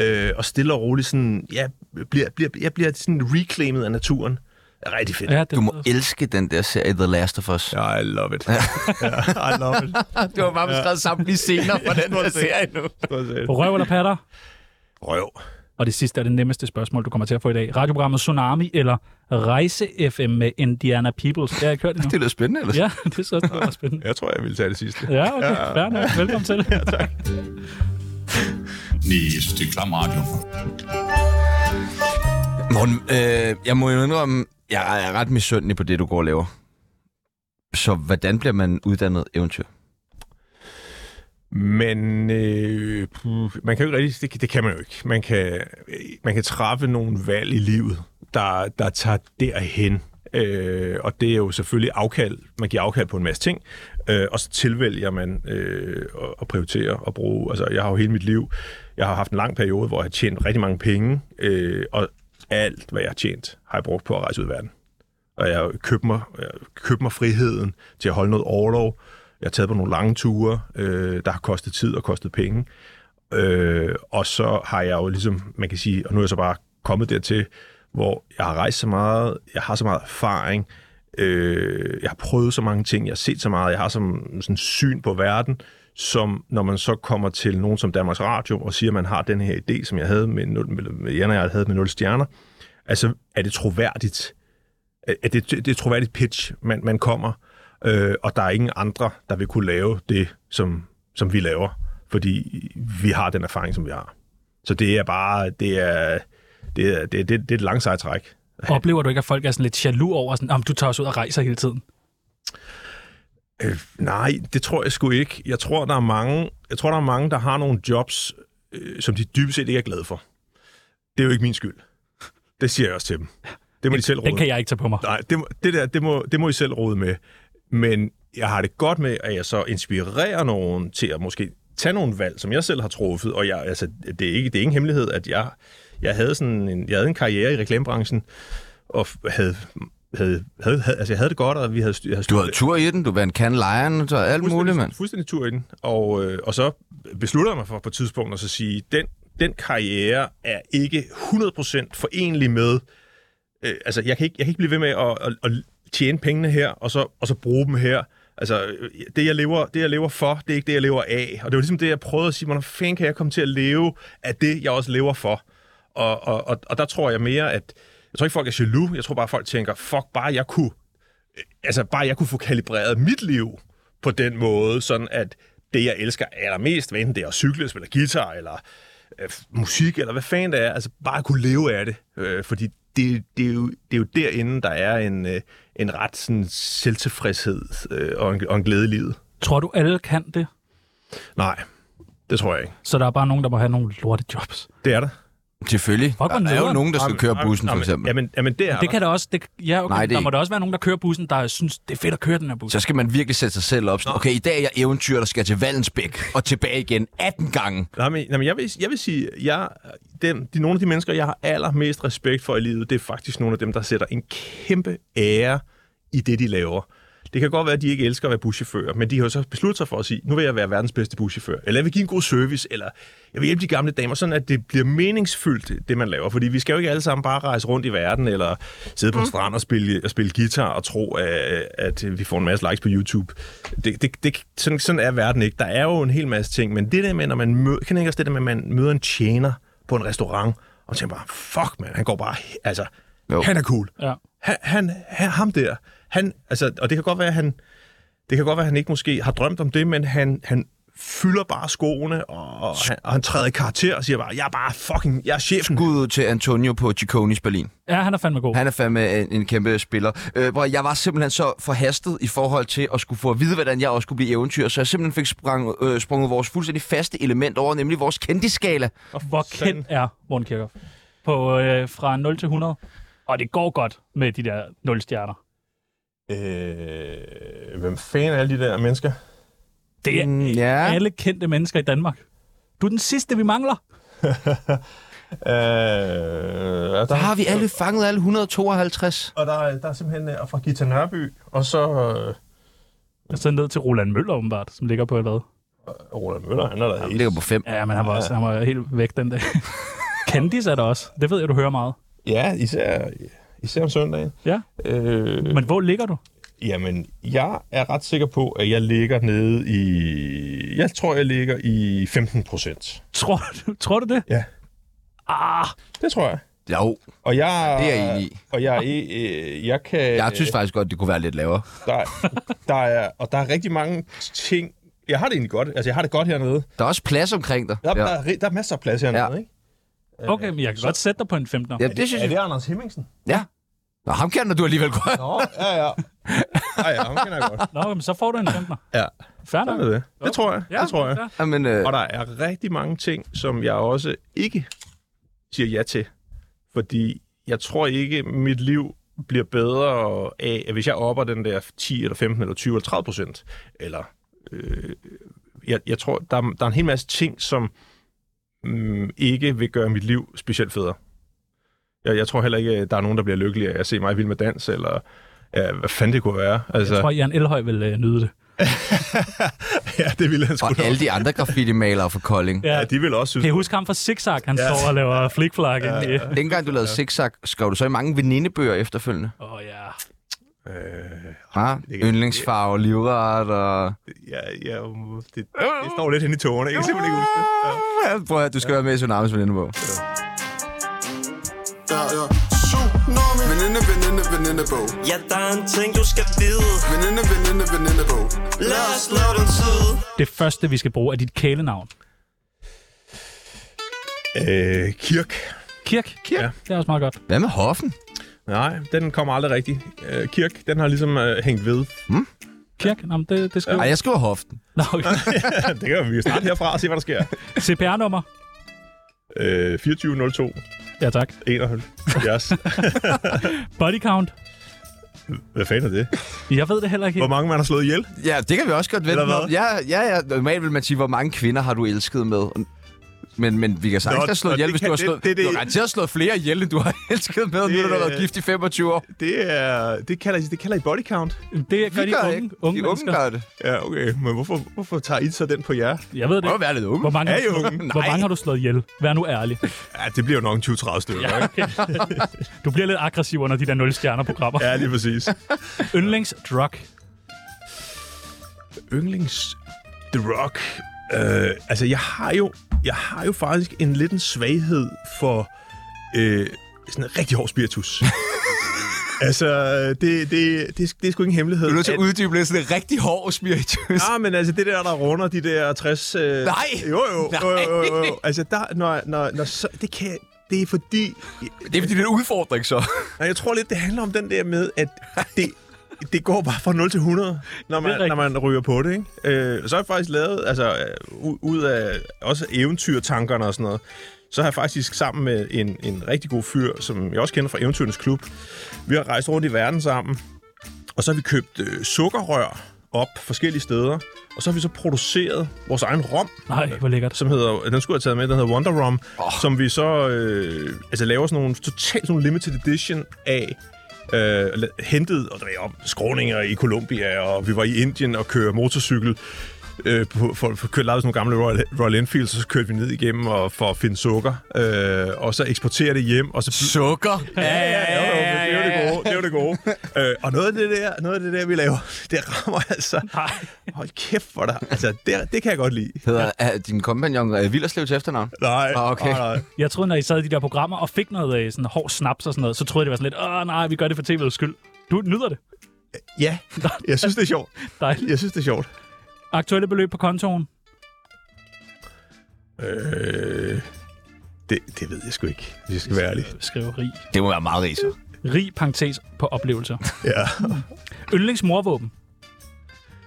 Speaker 4: øh, og stille og roligt sådan, ja, bliver, bliver, jeg bliver sådan reclaimet af naturen. Det er rigtig fedt.
Speaker 2: Ja, det
Speaker 1: Du må elske den der serie The Last of Us.
Speaker 4: I love it. I love it.
Speaker 1: Du har bare beskrevet samtlige scener fra den her serie nu.
Speaker 2: Røv eller patter?
Speaker 4: Røv.
Speaker 2: Og det sidste er det nemmeste spørgsmål, du kommer til at få i dag. Radioprogrammet Tsunami eller Rejse FM med Indiana Peoples. Det har jeg ikke hørt endnu.
Speaker 1: Det lyder spændende, eller?
Speaker 2: Ja, det synes jeg også det var spændende.
Speaker 4: Jeg tror, jeg vil tage det sidste.
Speaker 2: Ja, okay. Fair nok. Velkommen til.
Speaker 5: Nej, jeg synes, det er klam radio.
Speaker 1: Morten, øh, jeg må jo indrømme, jeg er ret misundelig på det, du går og laver. Så hvordan bliver man uddannet eventyr?
Speaker 4: Men øh, puh, man kan jo ikke rigtig, det, det kan man jo ikke. Man kan, øh, man kan træffe nogle valg i livet, der, der tager derhen. Øh, og det er jo selvfølgelig afkald. Man giver afkald på en masse ting, øh, og så tilvælger man øh, at- at prioritere og bruge. Altså, jeg har jo hele mit liv, jeg har haft en lang periode, hvor jeg har tjent rigtig mange penge, øh, og alt, hvad jeg har tjent, har jeg brugt på at rejse ud i verden og jeg købte mig, jeg købte mig friheden til at holde noget overlov. Jeg har taget på nogle lange ture, øh, der har kostet tid og kostet penge. Øh, og så har jeg jo ligesom, man kan sige, og nu er jeg så bare kommet dertil, hvor jeg har rejst så meget, jeg har så meget erfaring, øh, jeg har prøvet så mange ting, jeg har set så meget, jeg har så, sådan syn på verden, som når man så kommer til nogen som Danmarks Radio og siger, at man har den her idé, som jeg havde med, nul- med, med Jan og jeg havde med 0 stjerner, altså er det troværdigt? at det, det er et troværdigt pitch, man, man kommer, øh, og der er ingen andre, der vil kunne lave det, som, som vi laver, fordi vi har den erfaring, som vi har. Så det er bare, det er, det er, det er, det er, det er et langt sejt træk.
Speaker 2: Oplever du ikke, at folk er sådan lidt jaloux over, sådan, om du tager os ud og rejser hele tiden?
Speaker 4: Øh, nej, det tror jeg sgu ikke. Jeg tror, der er mange, jeg tror, der, er mange der har nogle jobs, øh, som de dybest set ikke er glade for. Det er jo ikke min skyld. Det siger jeg også til dem. Det må de selv
Speaker 2: Den
Speaker 4: råde.
Speaker 2: kan jeg ikke tage på mig.
Speaker 4: Nej, det, må- det der, det må, det må I selv rode med. Men jeg har det godt med, at jeg så inspirerer nogen til at måske tage nogle valg, som jeg selv har truffet. Og jeg, altså, det, er ikke, det er ingen hemmelighed, at jeg, jeg, havde, sådan en, jeg havde en karriere i reklamebranchen, og f- havde, havde, havde, havde, altså jeg havde det godt, og vi havde, styr- jeg havde
Speaker 1: Du
Speaker 4: styr-
Speaker 1: havde tur i den, du vandt Cannes Lion, så alt muligt, mand.
Speaker 4: Fuldstændig tur i den. Og, øh, og så beslutter jeg mig for på et tidspunkt at så sige, den, den karriere er ikke 100% forenlig med... Øh, altså, jeg kan, ikke, jeg kan ikke blive ved med at, at, at tjene pengene her, og så, og så bruge dem her. Altså, øh, det jeg, lever, det, jeg lever for, det er ikke det, jeg lever af. Og det var ligesom det, jeg prøvede at sige, hvordan fanden kan jeg komme til at leve af det, jeg også lever for? Og, og, og, og der tror jeg mere, at... Jeg tror ikke, folk er jaloux. Jeg tror bare, folk tænker, fuck, bare jeg kunne altså bare jeg kunne få kalibreret mit liv på den måde, sådan at det, jeg elsker allermest, hvad enten det er at cykle, spille guitar, eller øh, musik, eller hvad fanden det er, altså bare kunne leve af det. Øh, fordi det, det, er jo, det er jo derinde, der er en, øh, en ret sådan, selvtilfredshed øh, og, en, og en glæde i livet.
Speaker 2: Tror du, alle kan det?
Speaker 4: Nej, det tror jeg ikke.
Speaker 2: Så der er bare nogen, der må have nogle lorte jobs.
Speaker 4: Det er der.
Speaker 1: Selvfølgelig.
Speaker 2: Fuck, hvor
Speaker 1: Der er jo
Speaker 2: nederen.
Speaker 1: nogen, der skal
Speaker 4: Jamen,
Speaker 1: køre bussen, for
Speaker 4: jamen,
Speaker 1: eksempel.
Speaker 4: Jamen, jamen det er
Speaker 2: Det kan der også. Det, ja, okay.
Speaker 1: Nej,
Speaker 2: Nej,
Speaker 1: det
Speaker 2: det... Der
Speaker 1: er
Speaker 2: må der også være nogen, der kører bussen, der synes, det er fedt at køre den her bus.
Speaker 1: Så skal man virkelig sætte sig selv op. Sådan, okay, i dag er jeg eventyr, der skal til Vallensbæk og tilbage igen 18 gange.
Speaker 4: Nej, men, nej, men jeg, vil, jeg vil sige, jeg, dem, de, nogle af de mennesker, jeg har allermest respekt for i livet, det er faktisk nogle af dem, der sætter en kæmpe ære i det, de laver. Det kan godt være, at de ikke elsker at være buschauffør, men de har jo så besluttet sig for at sige, nu vil jeg være verdens bedste buschauffør, eller jeg vil give en god service, eller jeg vil hjælpe de gamle damer, sådan at det bliver meningsfyldt, det man laver. Fordi vi skal jo ikke alle sammen bare rejse rundt i verden, eller sidde på en strand og spille, og spille guitar og tro, at, at vi får en masse likes på YouTube. Det, det, det, sådan, sådan er verden ikke. Der er jo en hel masse ting, men det der med, når man møder, kan I ikke også det der med, at man møder en tjener på en restaurant, og tænker bare, fuck man, han går bare, altså,
Speaker 1: Jo.
Speaker 4: jo. han er cool.
Speaker 2: Ja.
Speaker 4: Han, han, han, ham der, han, altså, og det kan godt være, at han, det kan godt være, at han ikke måske har drømt om det, men han, han fylder bare skoene, og, og, han, og han træder i karakter og siger bare, jeg er bare fucking, jeg er chefen.
Speaker 1: Skud ud til Antonio på Cicconi's Berlin.
Speaker 2: Ja, han er fandme god. Han...
Speaker 1: Han er fandme en, en kæmpe spiller. Øh, hvor jeg var simpelthen så forhastet i forhold til at skulle få at vide, hvordan jeg også skulle blive eventyr, så jeg simpelthen fik sprang, øh, sprunget vores fuldstændig faste element over, nemlig vores kendiskala.
Speaker 2: Hvor kendt er Morten Kirchhoff? På, øh, fra 0 til 100. Og det går godt med de der 0 stjerner.
Speaker 4: Øh, hvem fanden er alle de der mennesker?
Speaker 2: Det er
Speaker 1: Mm, ja.
Speaker 2: alle kendte mennesker i Danmark. Du er den sidste, vi mangler.
Speaker 4: Øh, der,
Speaker 1: Der har vi alle fanget alle 152.
Speaker 4: Og der, er- der er simpelthen øh, fra Gita Nørby, og så øh,
Speaker 2: Og så ned til Roland Møller, åbenbart, som ligger på et hvad.
Speaker 4: Roland Møller, han er der
Speaker 1: Han
Speaker 4: helt-
Speaker 1: ligger på 5.
Speaker 2: Ja, men han var, også, han var helt væk den dag. Candice er der også. Det ved jeg, du hører meget.
Speaker 4: Ja, især, især om søndagen.
Speaker 2: Ja.
Speaker 4: Øh,
Speaker 2: Men hvor ligger du?
Speaker 4: Jamen, jeg er ret sikker på, at jeg ligger nede i... Jeg tror, jeg ligger i 15 procent.
Speaker 2: Tror du, tror du det?
Speaker 4: Ja.
Speaker 2: Ah,
Speaker 4: Det tror jeg.
Speaker 1: Jo,
Speaker 4: Og jeg,
Speaker 1: Det er jeg enig i.
Speaker 4: Og jeg, er i- øh, jeg kan...
Speaker 1: jeg synes faktisk godt, det kunne være lidt lavere.
Speaker 4: Der, der er, og der er rigtig mange ting... Jeg har det egentlig godt. Altså, jeg har det godt hernede.
Speaker 1: Der er også plads omkring dig.
Speaker 4: Der, ja. der,
Speaker 1: Ja.
Speaker 4: er, ri- der er masser af plads hernede,
Speaker 1: Ja.
Speaker 4: ikke?
Speaker 2: okay, men jeg kan godt sætte dig på en 15'er.
Speaker 1: Ja, det synes
Speaker 4: Er det
Speaker 1: jeg.
Speaker 4: Anders Hemmingsen?
Speaker 1: Ja. Nå, ham kender du alligevel godt.
Speaker 4: Nå, ja, ja. Ja, ja, ham kender jeg godt.
Speaker 2: Nå, men så får du en 15'er.
Speaker 4: Ja.
Speaker 2: Fair nok.
Speaker 4: Sådan er det. Det tror jeg.
Speaker 2: Ja,
Speaker 4: det tror jeg.
Speaker 2: fair.
Speaker 1: Ja, men, øh,
Speaker 4: Og der er rigtig mange ting, som jeg også ikke siger ja til. Fordi jeg tror ikke, mit liv bliver bedre af, at hvis jeg opper den der 10 eller 15 eller 20 eller 30 procent, eller øh, jeg, jeg tror, der, er- der er en hel masse ting, som mm, ikke vil gøre mit liv specielt federe. Jeg, jeg tror heller ikke, at der er nogen, der bliver lykkeligere af at se mig i vild med dans, eller ja, hvad fanden det kunne være. Altså,
Speaker 2: Jeg tror, Jan Elhøj vil øh, nyde det.
Speaker 4: ja, det ville han sgu
Speaker 1: og
Speaker 4: nok.
Speaker 1: alle de andre graffiti-malere fra Kolding.
Speaker 4: Ja, de ville også synes,
Speaker 2: Kan I huske ham fra Zigzag? Han
Speaker 4: Ja.
Speaker 2: står og laver flickflack ja. ind i...
Speaker 1: Dengang du lavede zigzag, skrev du så i mange venindebøger efterfølgende?
Speaker 2: Åh, oh, ja.
Speaker 4: øh,
Speaker 1: Ja,
Speaker 4: det kan-
Speaker 1: yndlingsfarve, livret og...
Speaker 4: Ja, ja, um, det, det står lidt hen i tårerne. Jeg kan simpelthen ikke huske det. Ja.
Speaker 1: Ja, Prøv at høre, du skal være med i Tsunamis venindebog.
Speaker 7: Ja, ja. Tsunami. Veninde, veninde, venindebog.
Speaker 6: Ja, der er en ting, du skal vide
Speaker 7: Veninde, veninde, venindebog.
Speaker 6: Lad os slå den tid
Speaker 2: Det første, vi skal bruge, er dit kælenavn.
Speaker 4: Øh, kirk.
Speaker 2: Kirk. Kirk.
Speaker 4: Ja.
Speaker 2: Det er også meget godt.
Speaker 1: Hvad med hoffen?
Speaker 4: Nej, den kommer aldrig rigtigt. Øh, kirk, den har ligesom øh, hængt ved.
Speaker 2: Kirk, Nå, men det, det skriver...
Speaker 1: Ej,
Speaker 2: Ja.
Speaker 1: jeg skriver hoften.
Speaker 2: Nå, okay.
Speaker 4: det kan vi jo starte herfra og se, hvad der sker.
Speaker 2: CPR-nummer.
Speaker 4: Øh, 2402
Speaker 2: Ja, tak.
Speaker 4: 71.
Speaker 2: Body count.
Speaker 4: Hvad fanden er det?
Speaker 2: Jeg ved det heller ikke
Speaker 4: Hvor
Speaker 2: helt.
Speaker 4: mange man har slået ihjel?
Speaker 1: Ja, det kan vi også godt vente
Speaker 4: Eller hvad?
Speaker 1: om. Ja, ja, ja. Normalt vil man sige, hvor mange kvinder har du elsket med? Men, men vi kan sagtens
Speaker 4: Nå,
Speaker 1: have slået
Speaker 4: nå,
Speaker 1: ihjel,
Speaker 4: det
Speaker 1: hvis
Speaker 4: kan-
Speaker 1: du har
Speaker 4: det-
Speaker 1: slået...
Speaker 4: det- det-
Speaker 1: Du har garanteret slået flere ihjel, end du har elsket med, nu
Speaker 4: Det-
Speaker 1: du har været gift i 25 år.
Speaker 4: Det, er, det, kalder, I- det kalder I body count.
Speaker 2: Det gør
Speaker 1: Vi
Speaker 2: de
Speaker 1: gør
Speaker 2: unge,
Speaker 1: ikke.
Speaker 2: unge
Speaker 1: De unge
Speaker 2: mennesker.
Speaker 1: gør det.
Speaker 4: Ja, okay. Men hvorfor, hvorfor tager I så den på jer?
Speaker 2: Jeg ved det
Speaker 1: Prøv at
Speaker 2: ikke.
Speaker 1: være lidt unge.
Speaker 2: Hvor mange, har
Speaker 4: Er I
Speaker 2: du slået-
Speaker 4: unge?
Speaker 2: hvor
Speaker 4: Nej.
Speaker 2: mange har du slået ihjel? Vær nu ærlig.
Speaker 4: Ja, det bliver jo nok en 20-30 stykker,
Speaker 2: Ja,
Speaker 4: ikke?
Speaker 2: okay. Du bliver lidt aggressiv under de der 0-stjerner-programmer. Ja.
Speaker 4: Ja, lige præcis.
Speaker 2: Yndlingsdrug.
Speaker 4: Yndlings The Rock. Øh, altså, jeg har jo, jeg har jo faktisk en lidt en svaghed for øh, sådan en rigtig hård spiritus. altså, det, det, det, det er sgu ikke en hemmelighed.
Speaker 1: Du er nødt til at uddybe lidt sådan en rigtig hård spiritus.
Speaker 4: Ja, men altså, det der, der runder de der 60... Øh,
Speaker 1: Nej!
Speaker 4: Jo, jo, jo,
Speaker 1: Nej!
Speaker 4: jo, jo, jo. Altså, der, når, når, når så, det kan... Det er fordi...
Speaker 1: Det er fordi, det er en udfordring, så.
Speaker 4: Nej, jeg tror lidt, det handler om den der med, at det, det går bare fra 0 til 100, når
Speaker 2: Det er
Speaker 4: man,
Speaker 2: rigtigt.
Speaker 4: når man ryger på det. Ikke? Øh, så har jeg faktisk lavet, altså øh, u- ud af også eventyrtankerne og sådan noget, så har jeg faktisk sammen med en, en rigtig god fyr, som jeg også kender fra Eventyrens Klub, vi har rejst rundt i verden sammen, og så har vi købt øh, sukkerrør op forskellige steder, og så har vi så produceret vores egen rom
Speaker 2: Nej, hvor lækkert.
Speaker 4: som hedder, den skulle jeg have taget med, den hedder Wonder Rum, oh. som vi så øh, altså laver sådan nogle totalt sådan nogle limited edition af, øh, la- hentet og drev op skråninger i Colombia, og vi var i Indien og kørte motorcykel, øh, på, for, for, kørte, lavede sådan nogle gamle Royal, Royal Enfields, så kørte vi ned igennem og, for at finde sukker, øh, og så eksportere det hjem, og så
Speaker 1: Sukker.
Speaker 4: Ja, ja, ja, jo, jo, men det er jo det gode. Det er jo det gode. øh, og noget af det, der, noget af det der, vi laver, det rammer altså...
Speaker 2: Nej.
Speaker 4: Hold kæft for dig. Altså, det, det kan jeg godt lide.
Speaker 1: Hedder er din kompagnon øh, Villerslev til efternavn?
Speaker 4: Nej,
Speaker 1: Ah, okay.
Speaker 4: nej, nej.
Speaker 2: Jeg troede, når I sad i de der programmer og fik noget øh, sådan hård snaps og sådan noget, så troede jeg, det var sådan lidt, åh nej, vi gør det for tv'ets skyld. Du nyder det.
Speaker 4: Ja, jeg synes, det er sjovt.
Speaker 2: Dejligt.
Speaker 4: Jeg synes, det er sjovt.
Speaker 2: Aktuelle beløb på kontoen.
Speaker 4: Øh, det, det ved jeg sgu ikke, hvis jeg skal være ærlig.
Speaker 2: Skriv rig.
Speaker 1: Det må være meget riser.
Speaker 2: Rig parentes på oplevelser.
Speaker 4: Ja,
Speaker 2: Yndlingsmorvåben.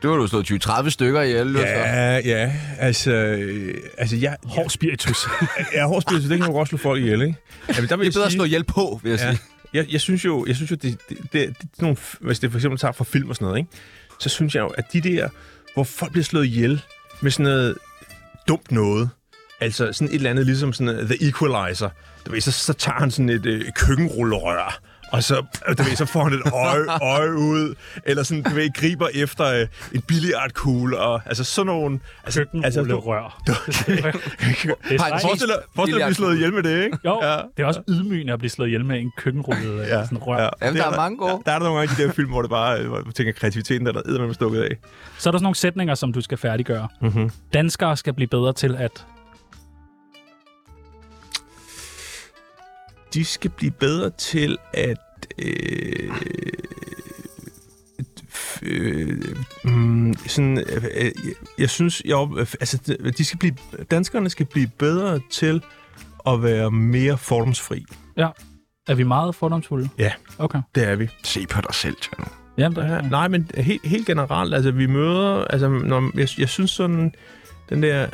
Speaker 1: Det var du slået 20-30 stykker ihjel, ja. så.
Speaker 4: ja, ja altså, øh, altså jeg,
Speaker 2: Hård spiritus.
Speaker 4: jeg er hård spil, så det kan man godt slå folk ihjel, ikke? Jamen, der vil
Speaker 1: Det er bedre at
Speaker 4: sige-
Speaker 1: slå ihjel på, vil jeg
Speaker 4: Ja.
Speaker 1: sige.
Speaker 4: jeg, jeg synes jo, jeg synes jo det, det, det, det, sådan nogle, hvis det for eksempel tager fra film og sådan noget, ikke? så synes jeg jo, at de der, hvor folk bliver slået ihjel med sådan noget dumt noget, altså sådan et eller andet, ligesom sådan øh, The Equalizer, du ved, så, så tager han sådan et øh, køkkenrullerør, og så, øh, du ved, så får han et øje, øje ud, eller sådan, du ved, griber efter øh, en billiardkugle, og altså sådan nogle... Altså, altså,
Speaker 2: Køkkenrulle rør.
Speaker 4: Okay.
Speaker 2: Det er
Speaker 1: Ej,
Speaker 2: strejt.
Speaker 4: Forestil dig, forestil dig at blive slået ihjel med det, ikke?
Speaker 2: Jo, ja. det er også ydmygende at blive slået ihjel med en køkkenrulle ja. sådan rør. Ja.
Speaker 1: Jamen,
Speaker 4: Det
Speaker 1: der er mange gode.
Speaker 4: Der, der er der nogle gange i de der film, hvor det bare, øh, hvor man tænker, kreativiteten der, der er med stukket af.
Speaker 2: Så er der sådan nogle sætninger, som du skal færdiggøre. Mm-hmm. Danskere skal blive bedre til at...
Speaker 4: De skal blive bedre til at... Øh, øh, mm, sådan, øh, øh, jeg synes, jeg, op- øh, altså, de skal blive, danskerne skal blive bedre til at være mere fordomsfri.
Speaker 2: Ja. Er vi meget fordomsfulde?
Speaker 4: Ja,
Speaker 2: Okay.
Speaker 4: det er vi.
Speaker 1: Se på dig selv, Tjano.
Speaker 2: Jamen, der,
Speaker 4: Ja, nej, men helt, helt generelt, altså vi møder, altså når, jeg, jeg synes sådan, den der,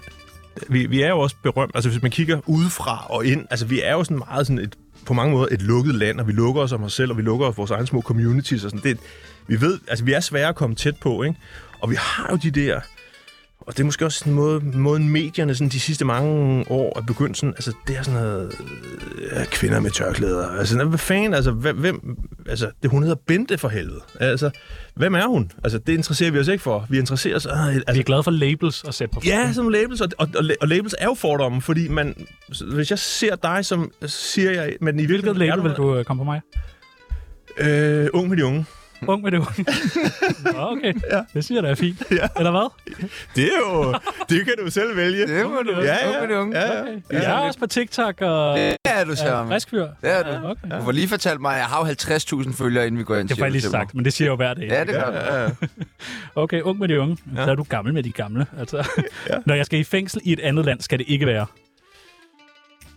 Speaker 4: vi, vi er jo også berømt, altså hvis man kigger udefra og ind, altså vi er jo sådan meget sådan et, på mange måder et lukket land, og vi lukker os om os selv, og vi lukker vores egne små communities og sådan det, vi ved, altså vi er svære at komme tæt på, ikke? Og vi har jo de der, og det er måske også sådan en måde, måden medierne sådan de sidste mange år er begyndt sådan, altså det er sådan noget, øh, kvinder med tørklæder, altså sådan, hvad fanden, altså hvem, hvem, altså det, hun hedder Bente for helvede, altså hvem er hun? Altså det interesserer vi os ikke for, vi interesserer os, øh, altså,
Speaker 2: vi er glade for labels at sætte på.
Speaker 4: Ja, som labels, og, og, og, og labels er jo fordomme, fordi man, så hvis jeg ser dig, som så siger jeg, men i
Speaker 2: Hvilket
Speaker 4: virkeligheden
Speaker 2: label vil
Speaker 4: er
Speaker 2: du øh, komme på mig?
Speaker 4: Øh, ung med de unge.
Speaker 2: Ung med det unge. Nå, okay. Ja. Det synes jeg da er fint. Ja. Eller hvad?
Speaker 4: Det er jo, det kan du selv vælge.
Speaker 1: Det må du.
Speaker 4: ja,
Speaker 1: Ung
Speaker 4: ja,
Speaker 1: med de unge.
Speaker 4: ja, ja.
Speaker 2: Ja. Jeg er også på TikTok og...
Speaker 1: Det er du, Søren.
Speaker 2: frisk fyr.
Speaker 1: Det er du.
Speaker 2: Okay.
Speaker 1: Du får lige fortalt mig, at jeg har jo 50.000 følgere, inden vi går ind.
Speaker 2: Det
Speaker 1: siger
Speaker 2: får jeg
Speaker 1: du
Speaker 2: lige
Speaker 1: til mig.
Speaker 2: sagt, men det siger jeg jo hver dag.
Speaker 1: Ja, det gør du.
Speaker 2: Okay, ung med de unge. Ja. Så er du gammel med de gamle. Altså, ja. Når jeg skal i fængsel i et andet land, skal det ikke være.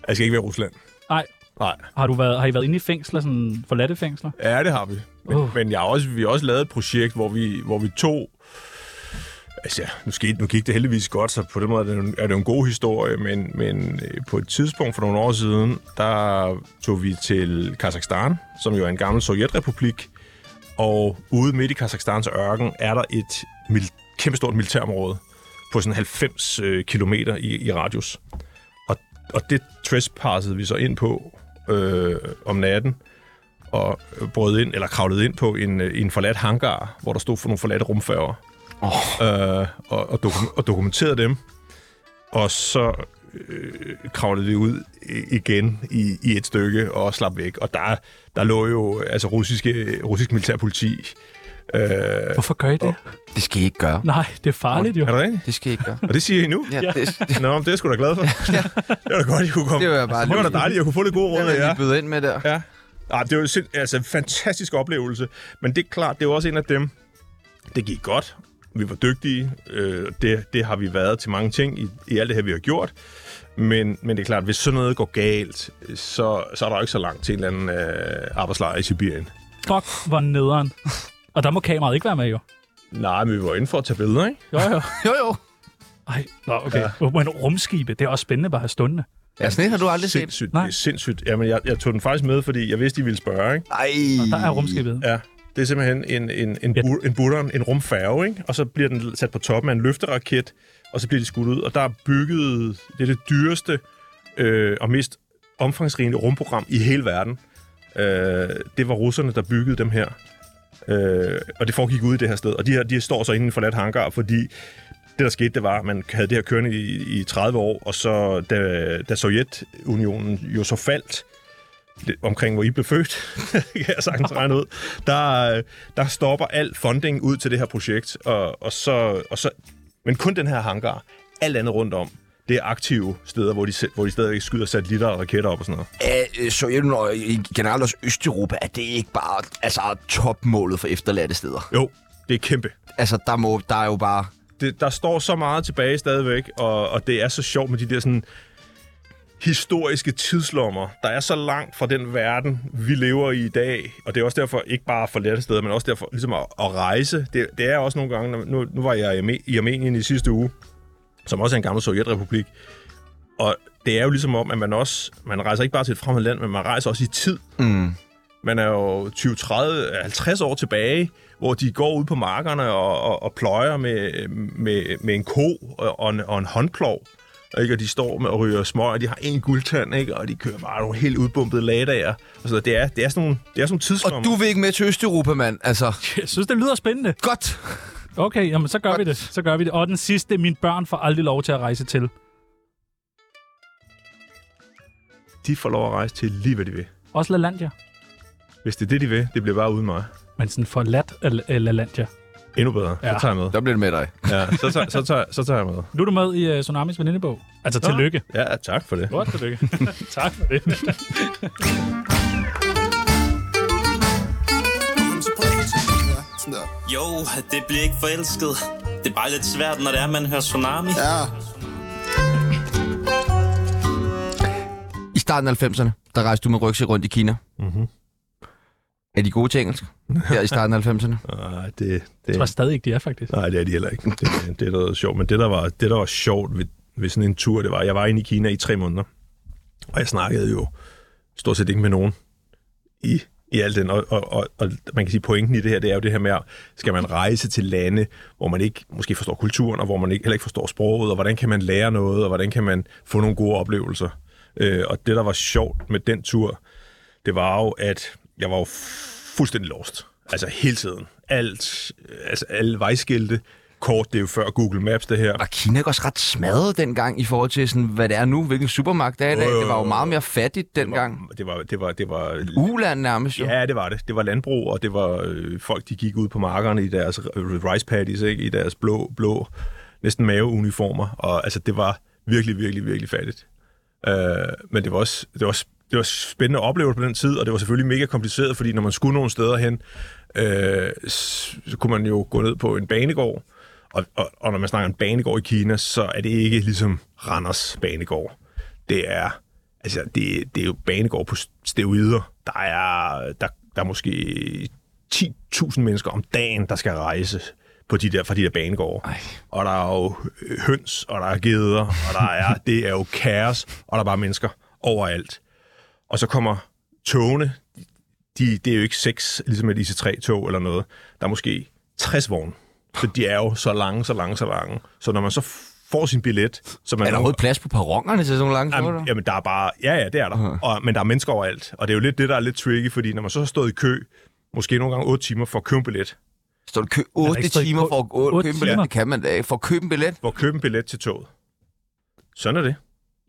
Speaker 4: Jeg skal ikke være i Rusland.
Speaker 2: Nej.
Speaker 4: Nej.
Speaker 2: Har, du været, har I været inde i fængsler, sådan forladte fængsler?
Speaker 4: Ja, det har vi. Men,
Speaker 2: Uh.
Speaker 4: uh. men jeg har også, vi har også lavet et projekt, hvor vi, hvor vi tog... Altså, ja, nu, skete, nu gik det heldigvis godt, så på den måde er det, jo en- er det jo en god historie, men, men øh, på et tidspunkt for nogle år siden, der tog vi til Kazakhstan, som jo er en gammel sovjetrepublik, og ude midt i Kazakhstans ørken er der et mil- kæmpestort militærområde på sådan 90 øh, kilometer i, i radius. Og, og det trespassede vi så ind på øh, om natten, og øh, brød ind, eller kravlede ind på en, øh, en forladt hangar, hvor der stod for nogle forladte rumfærger. Oh. Øh, og, og, dokum- og dokumenterede dem. Og så øh, kravlede vi ud i- igen i, i et stykke og slap væk. Og der, der lå jo øh, altså russiske, russisk militærpoliti. Øh, er
Speaker 2: Hvorfor gør I det?
Speaker 1: Det skal I ikke gøre.
Speaker 2: Nej, det er farligt jo.
Speaker 4: det rigtigt?
Speaker 1: Det skal I ikke gøre.
Speaker 4: Og det siger I nu?
Speaker 1: Ja, det, det,
Speaker 4: Nå, men det er jeg sgu da glad for. Det var da godt, I kunne komme.
Speaker 1: Det var jeg bare
Speaker 4: det var da
Speaker 1: lige-
Speaker 4: dejligt, at jeg kunne få lidt gode råd af
Speaker 1: det,
Speaker 4: jer.
Speaker 1: vi byder ind med der.
Speaker 4: Ja. Ah, det var jo sind- altså, en fantastisk oplevelse. Men det er klart, det var også en af dem. Det gik godt. Vi var dygtige. Øh, det, det har vi været til mange ting i, i alt det her, vi har gjort. Men, men det er klart, hvis sådan noget går galt, så, så er der jo ikke så langt til en eller anden øh, arbejdslejr i Sibirien.
Speaker 2: Fuck, hvor nederen. Og der må kameraet ikke være med jo.
Speaker 4: Nej, men vi var inde for at tage billeder, ikke?
Speaker 2: Jo, jo.
Speaker 1: Jo, jo.
Speaker 2: Ej, nå, okay. Ja. Men rumskibe, det er også spændende bare at have stående.
Speaker 1: Ja, sådan et har du aldrig set.
Speaker 4: Sindssygt.
Speaker 2: Nej.
Speaker 4: Det er sindssygt. Jamen, jeg, jeg tog den faktisk med, fordi jeg vidste, I ville spørge, ikke?
Speaker 1: Ej.
Speaker 2: Der er rumskibet.
Speaker 4: Ja, det er simpelthen en, en, en,
Speaker 2: Ja.
Speaker 4: ja. en butteren, en rumfærge, ikke? og så bliver den sat på toppen af en løfteraket, og så bliver de skudt ud, og der er bygget det, er det dyreste øh, og mest omfangsrige rumprogram i hele verden. Øh, det var russerne, der byggede dem her. Øh, og det foregik ude i det her sted. Og de her, de her står så inde i en forladt hangar, fordi det, der skete, det var, at man havde det her kørende i, i 30 år, og så da, da Sovjetunionen jo så faldt, lidt omkring hvor I blev født, kan jeg sagtens regne ud, der, øh, der stopper al funding ud til det her projekt, og, og, så, og så, men kun den her hangar, alt andet rundt om, det er aktive steder, hvor de, se- hvor de stadig skyder satellitter og raketter op og sådan noget.
Speaker 1: Er øh, Sovjetunionen og i- generelt også Østeuropa, er det ikke bare altså, topmålet for efterladte steder?
Speaker 4: Jo, det er kæmpe.
Speaker 1: Altså, der, må, der er jo bare...
Speaker 4: det, der står så meget tilbage stadigvæk, og, og det er så sjovt med de der sådan historiske tidslommer, der er så langt fra den verden, vi lever i i dag, og det er også derfor, ikke bare for lette steder, men også derfor ligesom at, at rejse. Det, det er også nogle gange, når- nu, nu var jeg i Arme- i Armenien i sidste uge, som også er en gammel sovjetrepublik, og det er jo ligesom om, at man også, man rejser ikke bare til et fremmed land, men man rejser også i tid. Mm. Man er jo 20, 30, 50 år tilbage, hvor de går ud på markerne og, og, og pløjer med, med, med en ko og, og, en, og en håndplov. Ikke? Og de står med og ryger smøg, og de har en guldtand, ikke? og de kører bare nogle helt udbumpede lagdager. Og så det er, det er sådan nogle, det er sådan nogle
Speaker 1: Og
Speaker 4: tidskommer.
Speaker 1: du vil ikke med til Østeuropa, mand. Altså,
Speaker 2: Jeg synes, det lyder spændende.
Speaker 1: godt.
Speaker 2: Okay, jamen, så gør vi det. Så gør vi det. Og den sidste, mine børn får aldrig lov til at rejse til.
Speaker 4: de får lov at rejse til lige, hvad de vil.
Speaker 2: Også LaLandia.
Speaker 4: Hvis det er det, de vil, det bliver bare uden mig.
Speaker 2: Men sådan forladt af La- af LaLandia.
Speaker 4: Endnu bedre. Ja.
Speaker 2: Ja.
Speaker 4: Så tager jeg med.
Speaker 1: Der bliver det med dig.
Speaker 4: Ja, så, tager, så, tager, så tager jeg med.
Speaker 2: Nu er du med i uh, Tsunamis venindebog. Altså, tillykke.
Speaker 4: Ja, tak for det.
Speaker 2: Godt, tillykke. tak for det.
Speaker 7: Sådan der.
Speaker 6: Jo, det bliver ikke forelsket. Det er bare lidt svært, når det er, man hører tsunami.
Speaker 7: Ja,
Speaker 1: I starten af 90'erne, der rejste du med rygsæk rundt i Kina. Mm-hmm. Er de gode til engelsk? Her i starten af 90'erne.
Speaker 4: Nej, det,
Speaker 2: Jeg tror
Speaker 4: det,
Speaker 2: stadig ikke, de er, faktisk.
Speaker 4: nej, det er de heller ikke. Det, det er noget sjovt. Men det der, var, det, der var sjovt ved, ved sådan en tur, det var, jeg var inde i Kina i tre måneder. Og jeg snakkede jo stort set ikke med nogen i, i alt den. Og, og, og, og man kan sige, pointen i det her, det er jo det her med, skal man rejse til lande, hvor man ikke måske forstår kulturen, og hvor man ikke, heller ikke forstår sproget, og hvordan kan man lære noget, og hvordan kan man få nogle gode oplevelser. Øh, og det, der var sjovt med den tur, det var jo, at jeg var jo fuldstændig lost. Altså hele tiden. Alt, altså alle vejskilte, kort, det er jo før Google Maps, det her.
Speaker 1: Var Kina ikke også ret smadret dengang i forhold til, sådan, hvad det er nu? Hvilken supermagt det er i dag? Det var jo meget mere fattigt dengang.
Speaker 4: Det var, det var, det var
Speaker 1: Uland nærmest jo.
Speaker 4: Ja, det var det. Det var landbrug, og det var øh, folk, de gik ud på markerne i deres øh, rice paddies, ikke? i deres blå, blå, næsten maveuniformer. Og altså, det var virkelig, virkelig, virkelig fattigt. Øh, men det var også, det var, det var spændende at opleve på den tid, og det var selvfølgelig mega kompliceret, fordi når man skulle nogle steder hen, øh, s- så kunne man jo gå ned på en banegård, og, og, og når man snakker en banegård i Kina, så er det ikke ligesom Randers banegård. Det er, altså, det, det er jo banegård på steroider. Der er, der, der er måske 10.000 mennesker om dagen, der skal rejse på de der, fra de der banegårde.
Speaker 1: Ej.
Speaker 4: Og der er jo øh, høns, og der er geder, og der er, det er jo kaos, og der er bare mennesker overalt. Og så kommer togene, de, det er jo ikke seks, ligesom et IC3-tog eller noget. Der er måske 60 vogne. Så de er jo så lange, så lange, så lange. Så når man så får sin billet, så man
Speaker 1: Er der overhovedet plads på perronerne til sådan nogle lange
Speaker 4: Jamen,
Speaker 1: ture?
Speaker 4: jamen, der er bare... Ja, ja, det er der. Og, men der er mennesker overalt. Og det er jo lidt det, der er lidt tricky, fordi når man så har stået i kø, måske nogle gange 8 timer for at købe en billet,
Speaker 1: Står du kø
Speaker 2: der
Speaker 1: 8
Speaker 2: ikke stået i
Speaker 1: timer
Speaker 2: kø-
Speaker 1: for at gå-
Speaker 2: otte
Speaker 1: købe en billet?
Speaker 2: timer?
Speaker 1: Det kan man da ikke. For at købe en billet?
Speaker 4: for at købe en billet til toget. Sådan er det.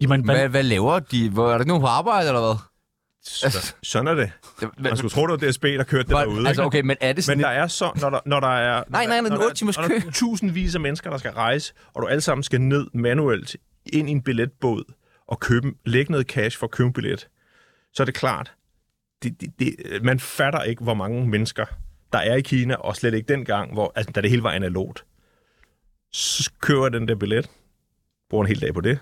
Speaker 2: Jamen,
Speaker 1: Hvad,
Speaker 2: hvad,
Speaker 1: hvad laver de? Hvor, er der ikke nogen på arbejde, eller hvad? Altså-
Speaker 4: Så, sådan er det. Altså, Man
Speaker 1: Hvad-
Speaker 4: skulle tro, det var DSB, der kørte det
Speaker 1: hvor-
Speaker 4: derude.
Speaker 1: altså,
Speaker 4: ikke?
Speaker 1: okay, men er det
Speaker 4: Men
Speaker 1: sådan...
Speaker 4: der er så, når der, når der er...
Speaker 1: Nej, nej, nej, den
Speaker 4: når der er-
Speaker 1: otte timers
Speaker 4: når der er
Speaker 1: kø.
Speaker 4: tusindvis af mennesker, der skal rejse, og du alle sammen skal ned manuelt ind i en billetbåd og købe, lægge noget cash for at købe en billet, så er det klart, det, det, det, man fatter ikke, hvor mange mennesker, der er i Kina, og slet ikke dengang, hvor, altså, da det hele var analogt. Så køber jeg den der billet, bruger en hel dag på det.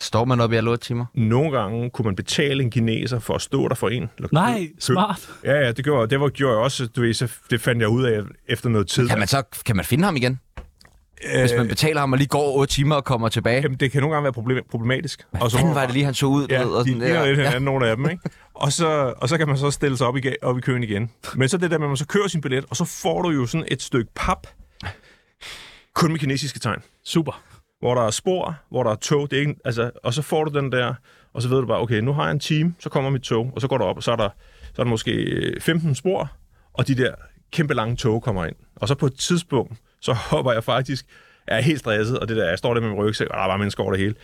Speaker 1: Står man op i alle 8 timer?
Speaker 4: Nogle gange kunne man betale en kineser for at stå der for en. eller kø-
Speaker 2: nej,
Speaker 4: kø-
Speaker 2: smart.
Speaker 4: Ja, ja, det gjorde, det var, gjorde jeg også. Du ved, så det fandt jeg ud af efter noget tid.
Speaker 1: Kan man så kan man finde ham igen? Hvis
Speaker 4: Øh.
Speaker 1: man betaler ham og lige går 8 timer og kommer tilbage.
Speaker 4: Jamen, det kan nogle gange være problem, problematisk.
Speaker 1: Hvad fanden var det lige, han så ud? du
Speaker 4: Ja,
Speaker 1: ved, og
Speaker 4: de
Speaker 1: sådan,
Speaker 4: ligner
Speaker 1: der?
Speaker 4: lidt
Speaker 1: Ja.
Speaker 4: hinanden, nogle af dem, ikke? Og så, og så kan man så stille sig op i, ga- op i køen igen. Men så det der med, at man så kører sin billet, og så får du jo sådan et stykke pap, kun med kinesiske tegn,
Speaker 2: Super.
Speaker 4: hvor der er spor, hvor der er tog, det er ikke, altså, og så får du den der, og så ved du bare, okay, nu har jeg en time, så kommer mit tog, og så går du op, og så er der, så er der måske øh, 15 spor, og de der kæmpe lange tog kommer ind. Og så på et tidspunkt, så hopper jeg faktisk, jeg er helt stresset, og det der, jeg står der med min rygsæk, og der er bare mennesker over det hele.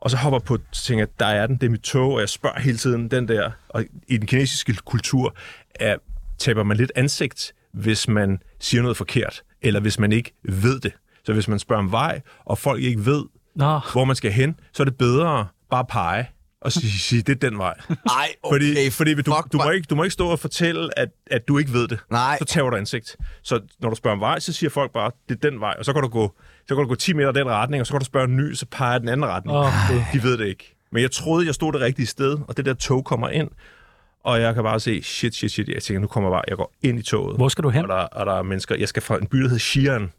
Speaker 4: Og så hopper jeg på og tænker, der er den, det er mit tog, og jeg spørger hele tiden den der. Og i den kinesiske kultur er, taber man lidt ansigt, hvis man siger noget forkert, eller hvis man ikke ved det. Så hvis man spørger om vej, og folk ikke ved,
Speaker 2: Nå,
Speaker 4: hvor man skal hen, så er det bedre bare at pege og sige, sige det er den vej.
Speaker 1: Ej,
Speaker 4: Fordi,
Speaker 1: okay,
Speaker 4: fordi du,
Speaker 1: fuck,
Speaker 4: du, må
Speaker 1: mand.
Speaker 4: ikke, du må ikke stå og fortælle, at, at du ikke ved det.
Speaker 1: Nej.
Speaker 4: Så tager du ansigt. Så når du spørger om vej, så siger folk bare, det er den vej. Og så kan du gå, så kan du gå 10 meter i den retning, og så kan du spørge en ny, så peger den anden retning.
Speaker 2: Åh, Gud.
Speaker 4: De ved det ikke. Men jeg troede, jeg stod det rigtige sted, og det der tog kommer ind. Og jeg kan bare se, shit, shit, shit. Jeg tænker, nu kommer jeg bare, jeg går ind i toget.
Speaker 2: Hvor skal du hen?
Speaker 4: Og der, og der er mennesker. Jeg skal fra en by, der hedder Xi'an.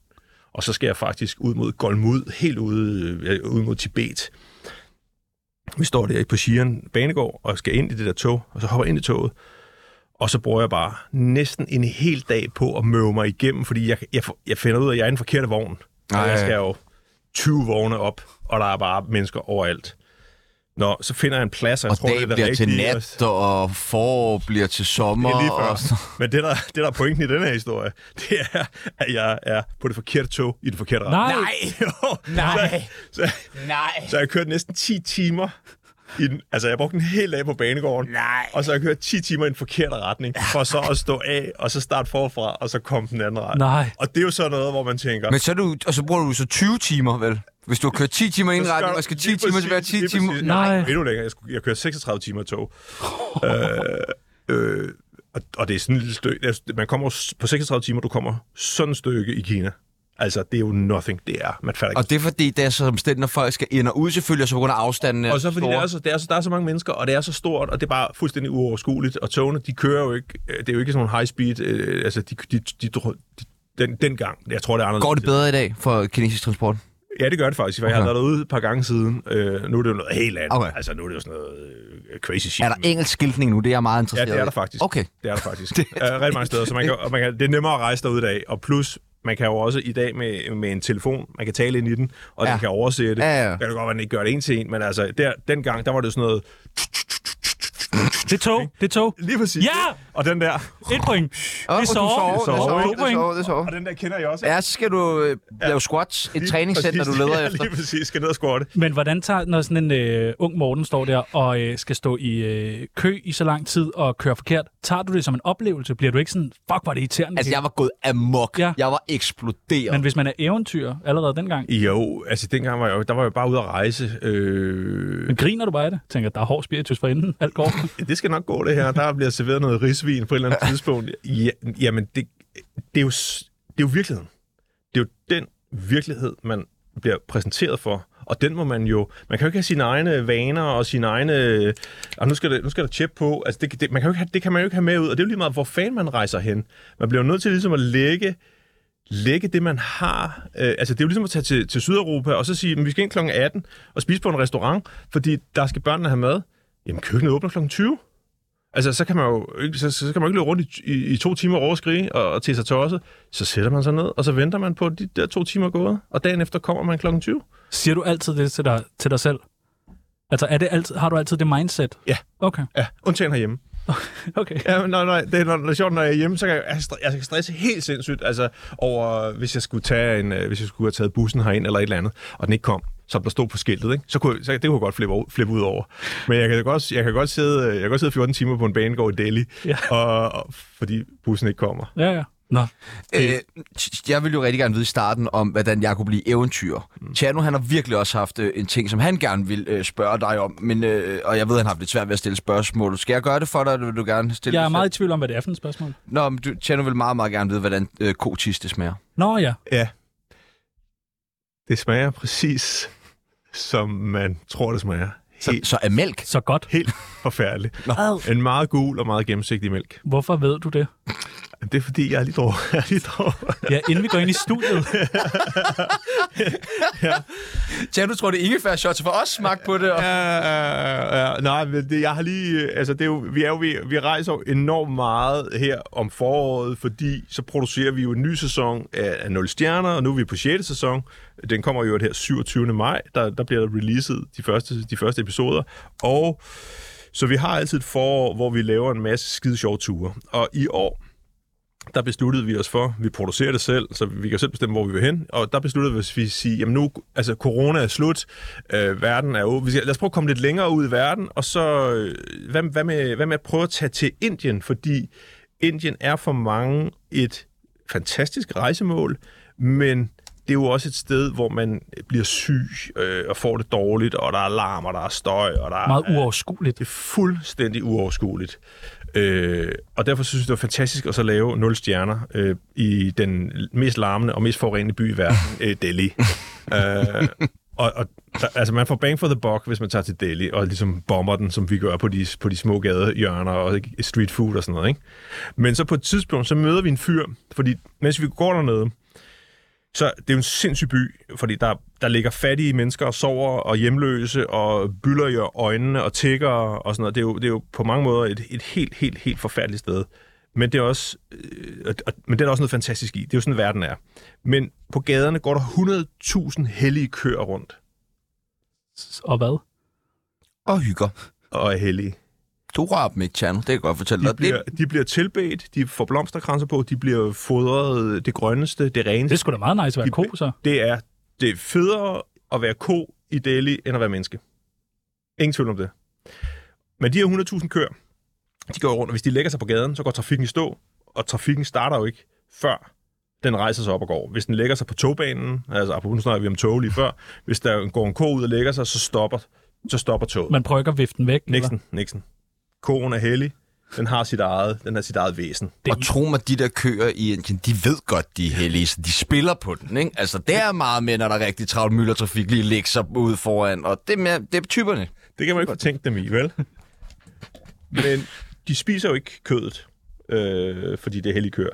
Speaker 4: Og så skal jeg faktisk ud mod Golmud, helt ude, øh, ud mod Tibet. Vi står der på Xi'an Banegård, og skal ind i det der tog, og så hopper jeg ind i toget. Og så bruger jeg bare næsten en hel dag på at møve mig igennem, fordi jeg, jeg, jeg finder ud af, at jeg er i den forkerte vogn.
Speaker 1: Ej.
Speaker 4: Og jeg skal jo 20 vogne op, og der er bare mennesker overalt. Nå, så finder jeg en plads, og jeg
Speaker 1: Og
Speaker 4: tror, det
Speaker 1: dag
Speaker 4: er det
Speaker 1: bliver til
Speaker 4: rigtige, og-
Speaker 1: nat, og forår bliver til sommer.
Speaker 4: det er lige
Speaker 1: og
Speaker 4: før.
Speaker 1: så-
Speaker 4: Men det der, det, der er pointen i den her historie, det er, at jeg er på det forkerte tog i den forkerte retning.
Speaker 2: Nej.
Speaker 4: jo.
Speaker 2: Nej.
Speaker 4: Så, så,
Speaker 1: Nej.
Speaker 4: så jeg kørte næsten 10 timer. I den, altså, jeg brugte en hel dag på banegården.
Speaker 1: Nej.
Speaker 4: Og så har jeg kørt 10 timer i den forkerte retning, for så at stå af, og så starte forfra, og så komme den anden retning.
Speaker 2: Nej.
Speaker 4: Og det er jo sådan noget, hvor man tænker...
Speaker 1: Men så, er du, og så bruger du så 20 timer, vel? Hvis du har kørt 10 timer i en
Speaker 4: Så
Speaker 1: retning,
Speaker 4: du-
Speaker 1: og skal 10
Speaker 4: lige
Speaker 1: timer
Speaker 4: præcis,
Speaker 1: tilbage, 10
Speaker 4: lige
Speaker 1: timer...
Speaker 4: præcis.
Speaker 2: Nej.
Speaker 4: Nej, endnu længere. Jeg, skulle, jeg kører 36 timer i tog. øh, øh, og, og det er sådan et lille stykke. Altså, Man kommer jo s- på 36 timer, du kommer sådan et stykke i Kina. Altså, det er jo nothing, det er. Man fatter ikke.
Speaker 1: Og det er fordi, det er så omstændigt, når folk skal ind og ud selvfølgelig, og så på grund af afstanden
Speaker 4: Og så fordi det er så, det er så, der er så mange mennesker, og det er så stort, og det er bare fuldstændig uoverskueligt. Og togene, de kører jo ikke, øh, det er jo ikke sådan nogle high speed, øh, altså de, de, de, de, den, dengang, jeg tror, det er anderledes.
Speaker 1: Går det bedre i dag for kinesisk transport?
Speaker 4: Ja, det gør det faktisk, for okay. jeg har været derude et par gange siden. Øh, nu er det jo noget helt andet.
Speaker 1: Okay.
Speaker 4: Altså, nu er det jo sådan noget øh, crazy shit.
Speaker 1: Er der engelsk skiltning nu? Det er jeg meget
Speaker 4: Ja,
Speaker 1: interesseret
Speaker 4: det er der
Speaker 1: i.
Speaker 4: faktisk.
Speaker 1: Okay.
Speaker 4: Det er der faktisk. det er rigtig mange steder, så man kan, og man kan, det er nemmere at rejse derud i dag. Og plus, man kan jo også i dag med, med en telefon, man kan tale ind i den, og
Speaker 1: Ja.
Speaker 4: den kan oversætte.
Speaker 1: Ja, ja.
Speaker 4: Det kan godt være, at den ikke gør det en til en, men altså, der, dengang, der var det jo sådan noget...
Speaker 2: Det er tog. Det er tog.
Speaker 4: Lige præcis.
Speaker 2: Ja!
Speaker 4: Og den der...
Speaker 2: Et point.
Speaker 1: Åh,
Speaker 2: det
Speaker 1: og
Speaker 2: er
Speaker 1: du
Speaker 2: så.
Speaker 1: sover,
Speaker 2: Det
Speaker 1: det er sover, det er
Speaker 2: er
Speaker 1: sover, det er sover.
Speaker 4: Og den der kender jeg også.
Speaker 1: Ja, så skal du øh, lave squats, et
Speaker 4: Lige
Speaker 1: træningscenter, du
Speaker 4: præcis.
Speaker 1: leder
Speaker 4: Ja,
Speaker 1: efter.
Speaker 4: Lige præcis, skal ned og squatte.
Speaker 2: Men hvordan tager, når sådan en øh, ung Morten står der og øh, skal stå i øh, kø i så lang tid og køre forkert, tager du det som en oplevelse? Bliver du ikke sådan, fuck, var det irriterende?
Speaker 1: Altså, jeg var gået amok.
Speaker 2: Ja.
Speaker 1: Jeg var eksploderet.
Speaker 2: Men hvis man er eventyr allerede dengang,
Speaker 4: Jo, altså dengang var jeg jo, der var jeg bare ude at rejse. Øh,
Speaker 2: men griner du bare af det? Tænker, der er hård spiritus for enden, alt går.
Speaker 4: det skal nok gå det her. Der bliver serveret noget risvin på et eller andet tidspunkt. Ja, jamen, det, det, er jo, s- det er jo virkeligheden. Det er jo den virkelighed, man bliver præsenteret for. Og den må man jo... Man kan jo ikke have sine egne vaner og sine egne... Og nu skal, det, nu skal der chip på. Altså, det, det, man kan jo ikke have, det kan man jo ikke have med ud. Og det er jo lige meget, hvor fanden man rejser hen. Man bliver jo nødt til ligesom at lægge lægge det, man har. Øh, altså, det er jo ligesom at tage til, til Sydeuropa og så sige, at vi skal ind kl. 18 og spise på en restaurant, fordi der skal børnene have mad. Jamen, køkkenet åbner kl. 20. Altså, så kan man jo ikke, så, så kan man jo ikke løbe rundt i, i, i to timer over og skrige og, og til sig tosset. Så sætter man sig ned, og så venter man på at de der to timer er gået, og dagen efter kommer man kl. 20.
Speaker 2: Siger du altid det til dig, til dig selv? Altså, er det altid, har du altid det mindset?
Speaker 4: Ja.
Speaker 2: Okay,
Speaker 4: Ja, undtagen herhjemme.
Speaker 2: okay.
Speaker 4: Ja, nej, nej, det er, når, når, det er sjovt, når jeg er hjemme, så kan jeg, jeg, stre- jeg kan stresse helt sindssygt, altså over, hvis jeg skulle, tage en, øh, hvis jeg skulle have taget bussen herind eller et eller andet, og den ikke kom, som der stod på skiltet, ikke? Så kunne, jeg- så, det kunne jeg godt flippe, over, flippe ud over. Men jeg kan, godt, jeg, kan godt sidde, øh, jeg kan godt sidde 14 timer på en banegård i Delhi,
Speaker 2: Ja.
Speaker 4: og, og, fordi bussen ikke kommer.
Speaker 2: Ja, ja. Nå,
Speaker 1: Øh, t- jeg ville jo rigtig gerne vide i starten om, hvordan jeg kunne blive eventyr.
Speaker 2: Mm.
Speaker 1: Tjerno, han har virkelig også haft øh, en ting, som han gerne vil øh, spørge dig om, men, øh, og jeg ved, han har haft lidt svært ved at stille spørgsmål. Skal jeg gøre det for dig, eller vil du gerne stille
Speaker 2: jeg er
Speaker 1: det
Speaker 2: meget i tvivl om, hvad det er for et spørgsmål.
Speaker 1: selv? Nå, men du, Tjerno vil meget, meget gerne vide, hvordan øh, kotiste smager.
Speaker 2: Nå ja,
Speaker 4: Ja. Det smager præcis, som man tror, det smager.
Speaker 1: Så,
Speaker 4: Helt,
Speaker 1: så er mælk?
Speaker 2: så godt.
Speaker 4: helt forfærdeligt. En meget gul og meget gennemsigtig mælk.
Speaker 2: Hvorfor ved du det?
Speaker 4: Det er fordi, jeg er lige drog. Jeg er lige drog.
Speaker 2: Ja, inden vi går ind i studiet.
Speaker 1: Tjerno tror, det er ingefær shots for os smag på det. Og...
Speaker 4: Ja, ja, ja. Nej, men det, jeg har lige... øh, Altså, det er jo, vi, er jo, vi, vi rejser jo enormt meget her om foråret, fordi så producerer vi jo en ny sæson af, af 0 stjerner, og nu er vi på 6. sæson. Den kommer jo her 27. maj. Der, der bliver der releaset de første, de første episoder. Og så vi har altid et forår, hvor vi laver en masse skide sjove ture. Og i år, der besluttede vi os for, vi producerer det selv, så vi kan selv bestemme, hvor vi vil hen, og der besluttede vi os, vi sige, jamen nu, altså corona er slut, øh, verden er åben, Vi skal- lad os prøve at komme lidt længere ud i verden, og så, øh, hvad, hvad, med, hvad med at prøve at tage til Indien, fordi Indien er for mange et fantastisk rejsemål, men det er jo også et sted, hvor man bliver syg øh, og får det dårligt, og der er larm, og der er støj, og der er...
Speaker 2: Meget uoverskueligt.
Speaker 4: Det er fuldstændig uoverskueligt. Øh, og derfor synes jeg, det var fantastisk at så lave 0 stjerner øh, i den mest larmende og mest forurenende by i verden, øh, Delhi. øh, og, og der, altså, man får bang for the buck, hvis man tager til Delhi og ligesom bomber den, som vi gør på de, på de små gadehjørner og street food og sådan noget. Ikke? Men så på et tidspunkt, så møder vi en fyr, fordi mens vi går dernede, Så det er jo en sindssyg by, fordi der, der ligger fattige mennesker og sover og hjemløse og bylder i øjnene og tigger og sådan noget. Det er jo, det er jo på mange måder et, et helt, helt, helt forfærdeligt sted. Men det er også, øh, og- og, men det er der også noget fantastisk i. Det er jo sådan, verden er. Men på gaderne går der 100.000 hellige køer rundt
Speaker 2: Og hvad?
Speaker 1: Og hygger.
Speaker 4: og er hellige.
Speaker 1: Du rører dem ikke, Tjerno. Det kan jeg godt fortælle
Speaker 4: De
Speaker 1: dig.
Speaker 4: bliver,
Speaker 1: Det,
Speaker 4: de bliver tilbedt, de får blomsterkranser på, de bliver fodret det grønneste, det
Speaker 2: Det er
Speaker 4: reneste.
Speaker 2: sgu da meget nice at være en ko, så.
Speaker 4: Det er, det er federe at være ko i Delhi, end at være menneske. Ingen tvivl om det. Men de her 100.000 køer, de går rundt, og hvis de lægger sig på gaden, så går trafikken i stå, og trafikken starter jo ikke, før den rejser sig op og går. Hvis den lægger sig på togbanen, altså apropos, nu snakker vi om tog lige før, hvis der går en ko ud og lægger sig, så stopper, så stopper toget.
Speaker 2: Man prøver ikke at vifte den væk. eller?
Speaker 4: Nixon, Nixon. Koen er hellig. Den har sit eget, den har sit eget væsen.
Speaker 1: og tro mig, de der køer i Indien, de ved godt, de er heldige, så de spiller på den, ikke? Altså, det er meget med, når der er rigtig travlt myldretrafik lige lægger sig ude foran, og det er, mere, det er typerne.
Speaker 4: Det kan man ikke tænke dem i, vel? Men de spiser jo ikke kødet, øh, fordi det er hellig køer.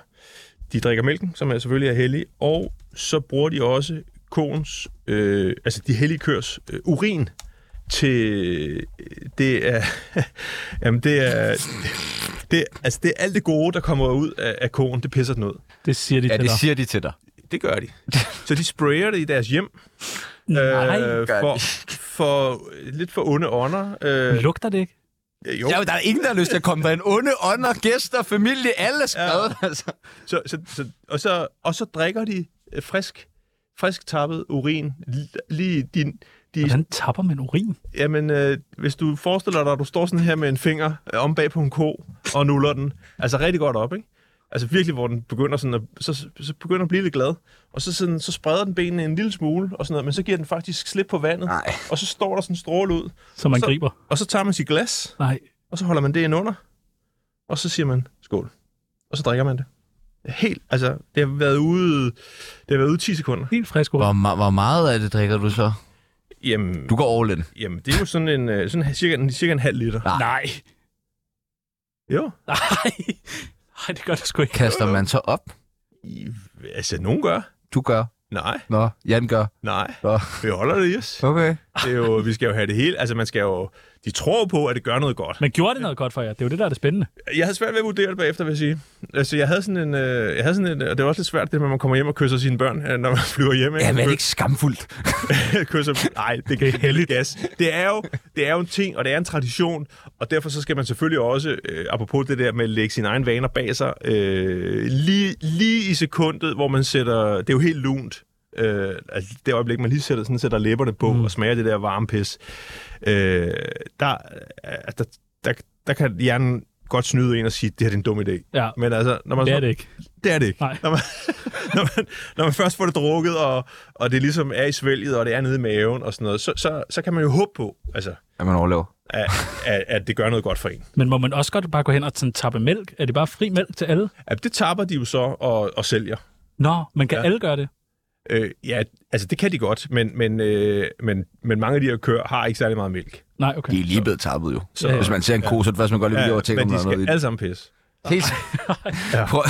Speaker 4: De drikker mælken, som er selvfølgelig er hellig, og så bruger de også koens, øh, altså de hellige køers øh, urin til øh, det er jamen det er det, altså det er alt det gode der kommer ud af, af koen, det pisser den ud.
Speaker 2: Det siger de
Speaker 1: Ja,
Speaker 2: til
Speaker 1: det
Speaker 2: dig.
Speaker 1: siger de til dig.
Speaker 4: Det gør de. Så de sprayer det i deres hjem.
Speaker 2: Nej,
Speaker 4: øh,
Speaker 1: gør
Speaker 4: for,
Speaker 1: de.
Speaker 4: for, lidt for onde ånder. Øh,
Speaker 2: lugter det ikke?
Speaker 4: jo,
Speaker 1: Ja, men der er ingen, der har lyst til at komme derind. Onde ånder, gæster, familie, alle er skrevet, ja. altså.
Speaker 4: så, så, så, og, så, og så drikker de øh, frisk, frisk tappet urin. L- Lige din, de,
Speaker 2: Hvordan tapper man urin?
Speaker 4: jamen, øh, hvis du forestiller dig, at du står sådan her med en finger øh, om bag på en ko og nuller den, altså rigtig godt op, ikke? Altså virkelig, hvor den begynder sådan at, så, så begynder at blive lidt glad. Og så, sådan, så spreder den benene en lille smule, og sådan noget, men så giver den faktisk slip på vandet.
Speaker 1: Nej.
Speaker 4: Og så står der sådan en stråle ud.
Speaker 2: Som man
Speaker 4: Så-
Speaker 2: griber.
Speaker 4: Og så tager man sit glas,
Speaker 2: Nej.
Speaker 4: og så holder man det ind under, og så siger man skål. Og så drikker man det. Helt, altså, det har været ude, det har været ude 10 sekunder.
Speaker 2: Helt frisk urin.
Speaker 1: Hvor, ma- hvor meget af det drikker du så?
Speaker 4: Jamen,
Speaker 1: Du går all in.
Speaker 4: jamen det er jo sådan en, øh, sådan cirka, en- cirka en halv liter.
Speaker 1: Nej.
Speaker 2: Nej.
Speaker 4: Jo,
Speaker 2: Nej. Nej, det gør det sgu ikke.
Speaker 1: Kaster man så op?
Speaker 4: I, altså, nogen gør.
Speaker 1: Du gør.
Speaker 4: Nej,
Speaker 1: Nå, Jan gør.
Speaker 4: nej,
Speaker 1: Nå.
Speaker 4: vi holder det i os.
Speaker 1: Okay.
Speaker 4: Det er jo, vi skal jo have det hele. Altså, man skal jo, de tror på, at det gør noget godt.
Speaker 2: Men gjorde det noget godt for jer? Det er jo det, der er det spændende.
Speaker 4: Jeg havde svært ved at vurdere det bagefter, vil jeg sige. Altså, jeg havde sådan en, øh, jeg havde sådan en, og det var også lidt svært, det med, at man kommer hjem og kysser sine børn, øh, når man flyver hjem. ikke?
Speaker 1: Ja, men er
Speaker 4: Kys-
Speaker 1: det ikke skamfuldt?
Speaker 4: kysser. Nej, det kan heldigt gas. Det er, jo, det er jo en ting, og det er en tradition, og derfor så skal man selvfølgelig også, øh, apropos det der med at lægge sine egne vaner bag sig, øh, lige, lige i sekundet, hvor man sætter, det er jo helt lunt, øh, altså det øjeblik, man lige sætter, sådan, sætter læberne på mm. og smager det der varme pis, øh, der, øh, der, der, der kan hjernen godt snyde en og sige, det her det er en dum idé.
Speaker 2: Ja.
Speaker 4: Men altså, når man
Speaker 2: Det
Speaker 4: så-
Speaker 2: er det ikke.
Speaker 4: det er det ikke.
Speaker 2: Nej.
Speaker 4: Når, man, når, man, når man først får det drukket, og, og det ligesom er i svælget, og det er nede i maven og sådan noget, så, så, så kan man jo håbe på, altså,
Speaker 1: Ja, man overlever.
Speaker 4: at, at, at det gør noget godt for en.
Speaker 2: Men må man også godt bare gå hen og sådan tappe mælk? Er det bare fri mælk til alle?
Speaker 4: At det tapper de jo så og, og sælger.
Speaker 2: Nå, men kan
Speaker 4: Ja.
Speaker 2: ja. alle gøre det?
Speaker 4: Øh, ja, altså det kan de godt, men, men, øh, men, men mange af de her køer har ikke særlig meget mælk.
Speaker 2: Nej, okay.
Speaker 1: De er lige blevet tappet jo. Så,
Speaker 2: Ja, ja.
Speaker 1: Hvis man ser en ko, så er det først, man går lige ja, over og tænker,
Speaker 4: men
Speaker 1: om der
Speaker 4: de
Speaker 1: er
Speaker 4: skal
Speaker 1: noget i det.
Speaker 4: alle sammen pisse.
Speaker 1: Helt. Prøv,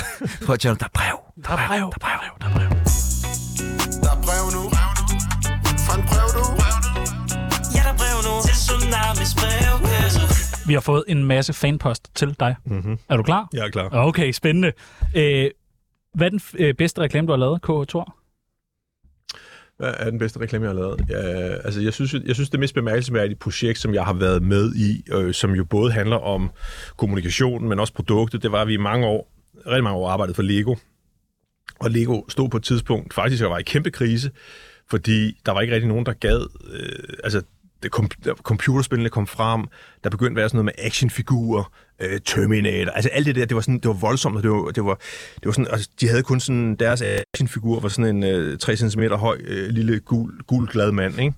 Speaker 1: prøv at tjene, der er brev.
Speaker 2: Der er brev, der er brev, der er brev.
Speaker 7: Der er brev nu. Fra en brev du.
Speaker 6: Ja, der er brev nu til Tsunamis brevkasse.
Speaker 2: Vi har fået en masse fanpost til dig. Mm-hmm. Er du klar?
Speaker 4: Jeg er klar.
Speaker 2: Okay, spændende. Øh, hvad er den f- øh, bedste reklame, du har lavet, K. Thor?
Speaker 4: Hvad er den bedste reklame, jeg har lavet? Ja, altså, jeg synes, jeg synes, det mest bemærkelsesværdige projekt, som jeg har været med i, øh, som jo både handler om kommunikation, men også produktet, det var, at vi i mange år, rigtig mange år arbejdede for Lego. Og Lego stod på et tidspunkt faktisk og var i kæmpe krise, fordi der var ikke rigtig nogen, der gad... Øh, altså, det kom, der- computerspillene kom frem, der begyndte at være sådan noget med actionfigurer, øh, Terminator, altså alt det der, det var, sådan, det var voldsomt, og det var, det var, det var sådan, altså, de havde kun sådan, deres actionfigur var sådan en øh, 3 cm høj, øh, lille gul, gul glad mand, ikke?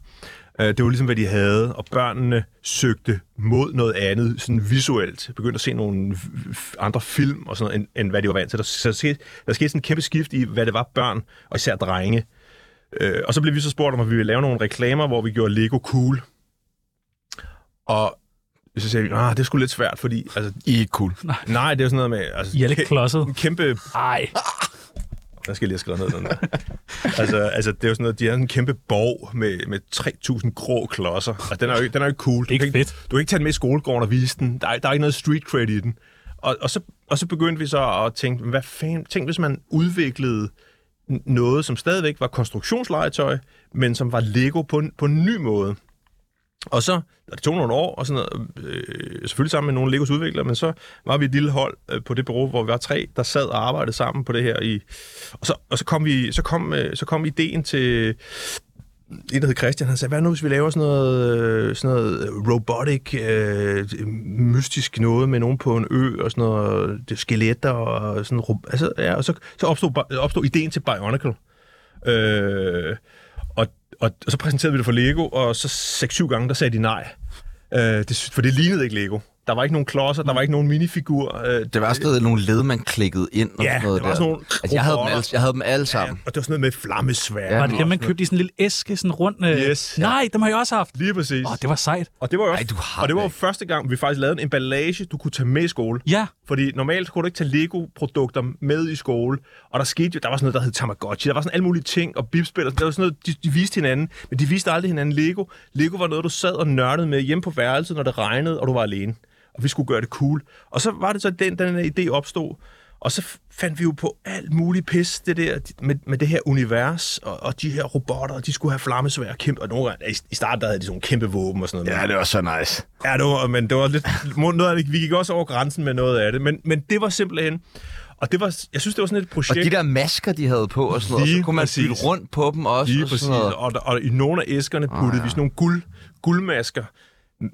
Speaker 4: Øh, Det var ligesom, hvad de havde, og børnene søgte mod noget andet, sådan visuelt. Begyndte at se nogle f- f- andre film og sådan noget, end, end hvad de var vant til. Der, så skete, der skete sådan en kæmpe skift i, hvad det var børn, og især drenge. Øh, og så blev vi så spurgt, om at vi ville lave nogle reklamer, hvor vi gjorde Lego cool. Og så sagde vi, ah, det er sgu lidt svært, fordi... Altså,
Speaker 1: I er ikke cool.
Speaker 4: nej, det er jo sådan noget med... Altså,
Speaker 2: I er lidt
Speaker 4: kæ-
Speaker 2: klodset.
Speaker 4: en kæmpe
Speaker 2: Ej,
Speaker 4: Der skal jeg lige have skrevet ned den der. altså, altså, det er jo sådan noget, de har en kæmpe borg med, med 3.000 grå klodser. Og den er jo, ikke- den er jo ikke cool. Du
Speaker 2: Ikke
Speaker 4: kan
Speaker 2: fedt.
Speaker 4: Du kan ikke tage den med i skolegården og vise den. Der er, der er ikke noget street cred i den. Og, og, så, og så begyndte vi så at tænke, hvad fanden, tænk hvis man udviklede n- noget, som stadigvæk var konstruktionslegetøj, men som var Lego på en, på en ny måde. Og så, og det tog nogle år, og sådan noget, øh, selvfølgelig sammen med nogle Legos udviklere, men så var vi et lille hold øh, på det bureau, hvor vi var tre, der sad og arbejdede sammen på det her. I, og så, og så, kom vi, så, kom, øh, så kom ideen til en, der hed Christian, han sagde, hvad nu hvis vi laver sådan noget, øh, sådan noget robotic, øh, mystisk noget med nogen på en ø, og sådan noget det er skeletter, og sådan ro- altså, ja, og så, så opstod, Bi- opstod ideen til Bionicle. Øh, og, og, og så præsenterede vi det for Lego, og så 6-7 gange, der sagde de nej. Øh, det, sy- for det lignede ikke Lego. Der var ikke nogen klodser, der var ikke nogen minifigur. Øh,
Speaker 1: Det var stadig nogle led, man klikkede ind. Og
Speaker 4: Ja,
Speaker 1: sådan noget
Speaker 4: det var
Speaker 1: der.
Speaker 4: sådan nogle
Speaker 1: altså, jeg, havde dem
Speaker 4: robotter.
Speaker 1: alle, jeg havde dem alle sammen.
Speaker 4: og det var sådan noget med flammesvær.
Speaker 2: Var det dem, man købte i sådan en lille æske, sådan rundt? Øh...
Speaker 4: Yes.
Speaker 2: Nej, dem har jeg også haft.
Speaker 4: Lige præcis.
Speaker 2: Åh, oh, det var sejt.
Speaker 4: Og det var jo også,
Speaker 1: Ej, du har
Speaker 4: og det var jo
Speaker 1: det
Speaker 4: første gang, vi faktisk lavede en emballage, du kunne tage med i skole.
Speaker 2: Ja.
Speaker 4: Fordi normalt kunne du ikke tage Lego-produkter med i skole. Og der skete jo, der var sådan noget, der hed Tamagotchi. Der var sådan alle mulige ting, og bipspil, og der var sådan noget, de, de, viste hinanden. Men de viste aldrig hinanden Lego. Lego var noget, du sad og nørdede med hjemme på værelset, når det regnede, og du var alene. Og vi skulle gøre det cool. Og så var det så, den, den her idé opstod. Og så fandt vi jo på alt muligt pis det der, med, med det her univers, og, og de her robotter, og de skulle have flammesvær og kæmpe, og nogle gange, i, i starten der havde de sådan nogle kæmpe våben og sådan noget.
Speaker 1: det var så nice.
Speaker 4: Ja, det var, men det var lidt, noget af det, vi gik også over grænsen med noget af det, men, men det var simpelthen, og det var, jeg synes, det var sådan et
Speaker 1: Og
Speaker 4: projekt,
Speaker 1: de der masker, de havde på og sådan noget, og så
Speaker 4: Lige
Speaker 1: kunne man
Speaker 4: præcis.
Speaker 1: fylde rundt på dem også.
Speaker 4: lige
Speaker 1: og
Speaker 4: præcis,
Speaker 1: sådan noget. Ah,
Speaker 4: og, der- og, i nogle af æskerne puttede vi sådan nogle guld, guldmasker,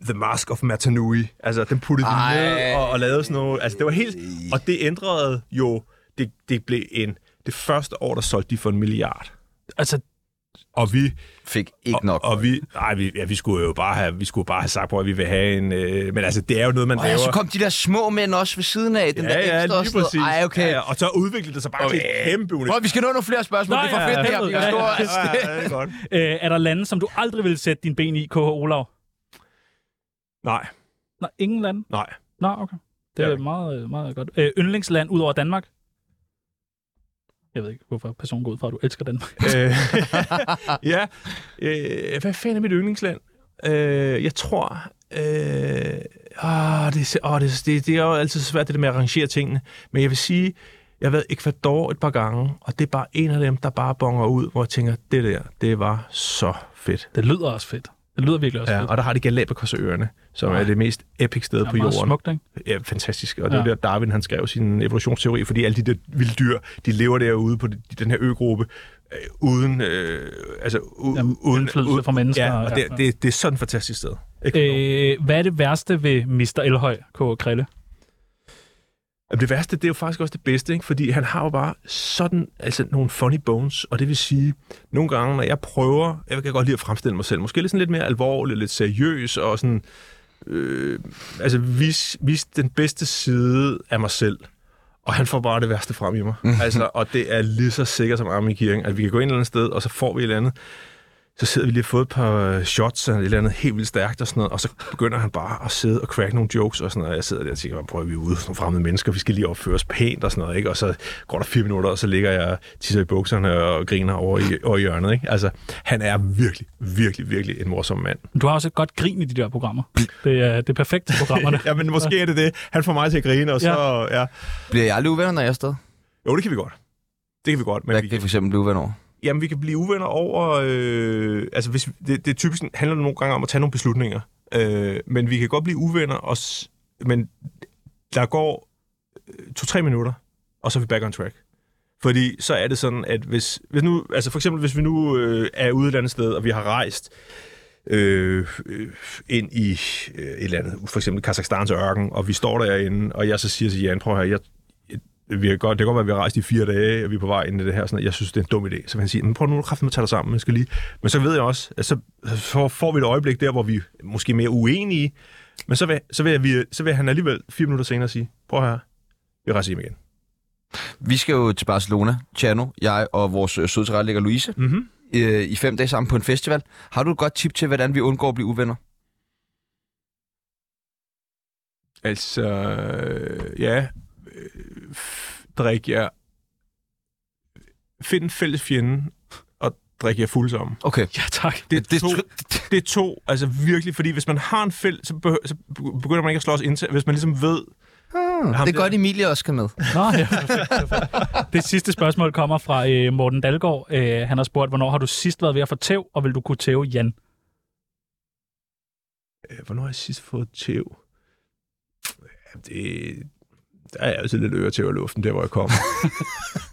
Speaker 4: The Mask of Matanui, altså den puttede vi
Speaker 1: Ej.
Speaker 4: ned og, og lavede sådan noget, altså det var helt, og det ændrede jo, det, det blev en, det første år, der solgte de for en milliard,
Speaker 2: Altså,
Speaker 4: og vi,
Speaker 1: Fik ikke nok.
Speaker 4: og, og vi, nej, vi, ja, vi skulle jo bare have, vi skulle bare have sagt, hvor vi vil have en, øh, men altså, det er jo noget, man
Speaker 1: Og ja,
Speaker 4: laver.
Speaker 1: så kom de der små mænd også ved siden af, den der ekstra og sådan noget. Ej, okay.
Speaker 4: Ja, ja, og så udviklede det sig bare okay. til et kæmpe
Speaker 1: Prøv,
Speaker 4: univers.
Speaker 1: vi skal nå nogle flere spørgsmål.
Speaker 2: Nå,
Speaker 1: det er for
Speaker 2: ja,
Speaker 1: fedt, det
Speaker 2: ja,
Speaker 1: her. Vi
Speaker 2: ja,
Speaker 1: er store.
Speaker 2: ja.
Speaker 4: det er godt.
Speaker 2: øh, er der lande, som du aldrig vil sætte dine ben i, KH Olav?
Speaker 4: Nej,
Speaker 2: Nej, ingen lande.
Speaker 4: nej.
Speaker 2: Nå, okay. Det er
Speaker 4: Ja.
Speaker 2: ja. meget, øh, meget godt. Øh, yndlingsland ud over Danmark? Jeg ved ikke, hvorfor personen går ud fra, at du elsker Danmark.
Speaker 4: Øh, ja, øh, hvad fanden er mit yndlingsland? Øh, jeg tror... Øh, åh, det, er, si- åh, det, det, det er jo altid svært, det der med at arrangere tingene. Men jeg vil sige, jeg har været i Ecuador et par gange, og det er bare en af dem, der bare bonger ud, hvor jeg tænker, det der, det var så fedt.
Speaker 2: Det lyder også fedt. Det lyder virkelig også
Speaker 4: Ja,
Speaker 2: fedt.
Speaker 4: og der har de Galapagosøerne, som er det mest epic sted
Speaker 2: Det er
Speaker 4: på
Speaker 2: meget
Speaker 4: jorden.
Speaker 2: smukt, ikke?
Speaker 4: Ja, fantastisk. Og det ja.
Speaker 2: Ja.
Speaker 4: var der, Darwin han skrev sin evolutionsteori, fordi alle de der vilde dyr, de lever derude på de, den her øgruppe, øh, uden, øh, altså, u-
Speaker 2: Jamen,
Speaker 4: uden
Speaker 2: indflydelse
Speaker 4: uden-
Speaker 2: fra mennesker,
Speaker 4: Ja, og
Speaker 2: ja.
Speaker 4: det, det, det er sådan et fantastisk sted. Ikke? Øh.
Speaker 2: Øh, hvad er det værste ved Mr. Elhøj, K. Krille?
Speaker 4: Det værste, det er jo faktisk også det bedste, ikke? fordi han har jo bare sådan altså, nogle funny bones, og det vil sige, nogle gange, når jeg prøver, jeg kan godt lide at fremstille mig selv, måske lidt, sådan lidt mere alvorlig, lidt seriøs, og sådan, øh, altså vis, vis den bedste side af mig selv. Og han får bare det værste frem i mig. altså, og det er lige så sikkert som armen i kirken, at vi kan gå ind et eller andet sted, og så får vi et eller andet. Så sidder vi lige og fået et par øh, shots og et eller andet helt vildt stærkt og sådan noget, og så begynder han bare at sidde og crack nogle jokes og sådan noget. Og jeg sidder der og tænker, prøver vi er ude som fremmede mennesker, vi skal lige opføre os pænt og sådan noget, ikke? Og så går der fire minutter, og så ligger jeg og tisser i bukserne og griner over i, over i hjørnet, ikke? Altså, han er virkelig, virkelig, virkelig en morsom mand.
Speaker 2: Du har også et godt grin i de der programmer. Det er, det er perfekt til programmerne.
Speaker 4: Mm. Ja, men måske er det det. Han får mig til at grine, og så... Ja. Ja.
Speaker 1: Bliver jeg aldrig uvenner, når jeg er afsted?
Speaker 4: Jo, det kan vi godt. Det kan vi godt, men
Speaker 1: Hvad
Speaker 4: vi
Speaker 1: kan
Speaker 4: kan,
Speaker 1: jeg for eksempel blive uvenner over?
Speaker 4: jamen, vi kan blive uvenner over... Øh, altså, hvis, vi- det, det er typisk handler det nogle gange om at tage nogle beslutninger. Øh, men vi kan godt blive uvenner, og, s- men der går øh, to-tre minutter, og så er vi back on track. Fordi så er det sådan, at hvis, hvis nu... Altså, for eksempel, hvis vi nu øh, er ude et eller andet sted, og vi har rejst øh, øh, ind i øh, et eller andet, for eksempel Kazakstans ørken, og vi står derinde, og jeg så siger til Jan, prøv her, jeg, vi er godt, det kan godt være, at vi har rejst i fire dage, og vi er på vej ind i det her. og Sådan, noget. jeg synes, det er en dum idé. Så vil han sige, men prøv nu kraft med at tage dig sammen. Jeg skal lige. Men så ved jeg også, at så, så får vi et øjeblik der, hvor vi er måske mere uenige. Men så vil, så vil, jeg, vi, så vil han alligevel fire minutter senere sige, prøv her, vi rejser hjem igen.
Speaker 1: Vi skal jo til Barcelona, Chano, jeg og vores øh, søde tilrettelægger Louise,
Speaker 4: Mm-hmm.
Speaker 1: øh, i fem dage sammen på en festival. Har du et godt tip til, hvordan vi undgår at blive uvenner?
Speaker 4: Altså, øh, ja, øh, drik jer find en fælles fjende og drik jer fuld sammen.
Speaker 1: Okay.
Speaker 2: Ja, tak.
Speaker 4: Det er,
Speaker 1: Det-
Speaker 4: to, det er to, altså virkelig, fordi hvis man har en fælles, så, behø- så begynder man ikke at slås indtil, hvis man ligesom ved,
Speaker 1: Ah, Det er godt, Emilie også skal med.
Speaker 2: Nå, ja, perfekt, perfekt. Det sidste spørgsmål kommer fra øh, Morten Dalgaard. Øh, han har spurgt, hvornår har du sidst været ved at få tæv, og vil du kunne tæve Jan?
Speaker 4: Øh, Hvornår har jeg sidst fået tæv? Ja, det... Der er jeg altid lidt øretæv i luften, der hvor jeg kommer.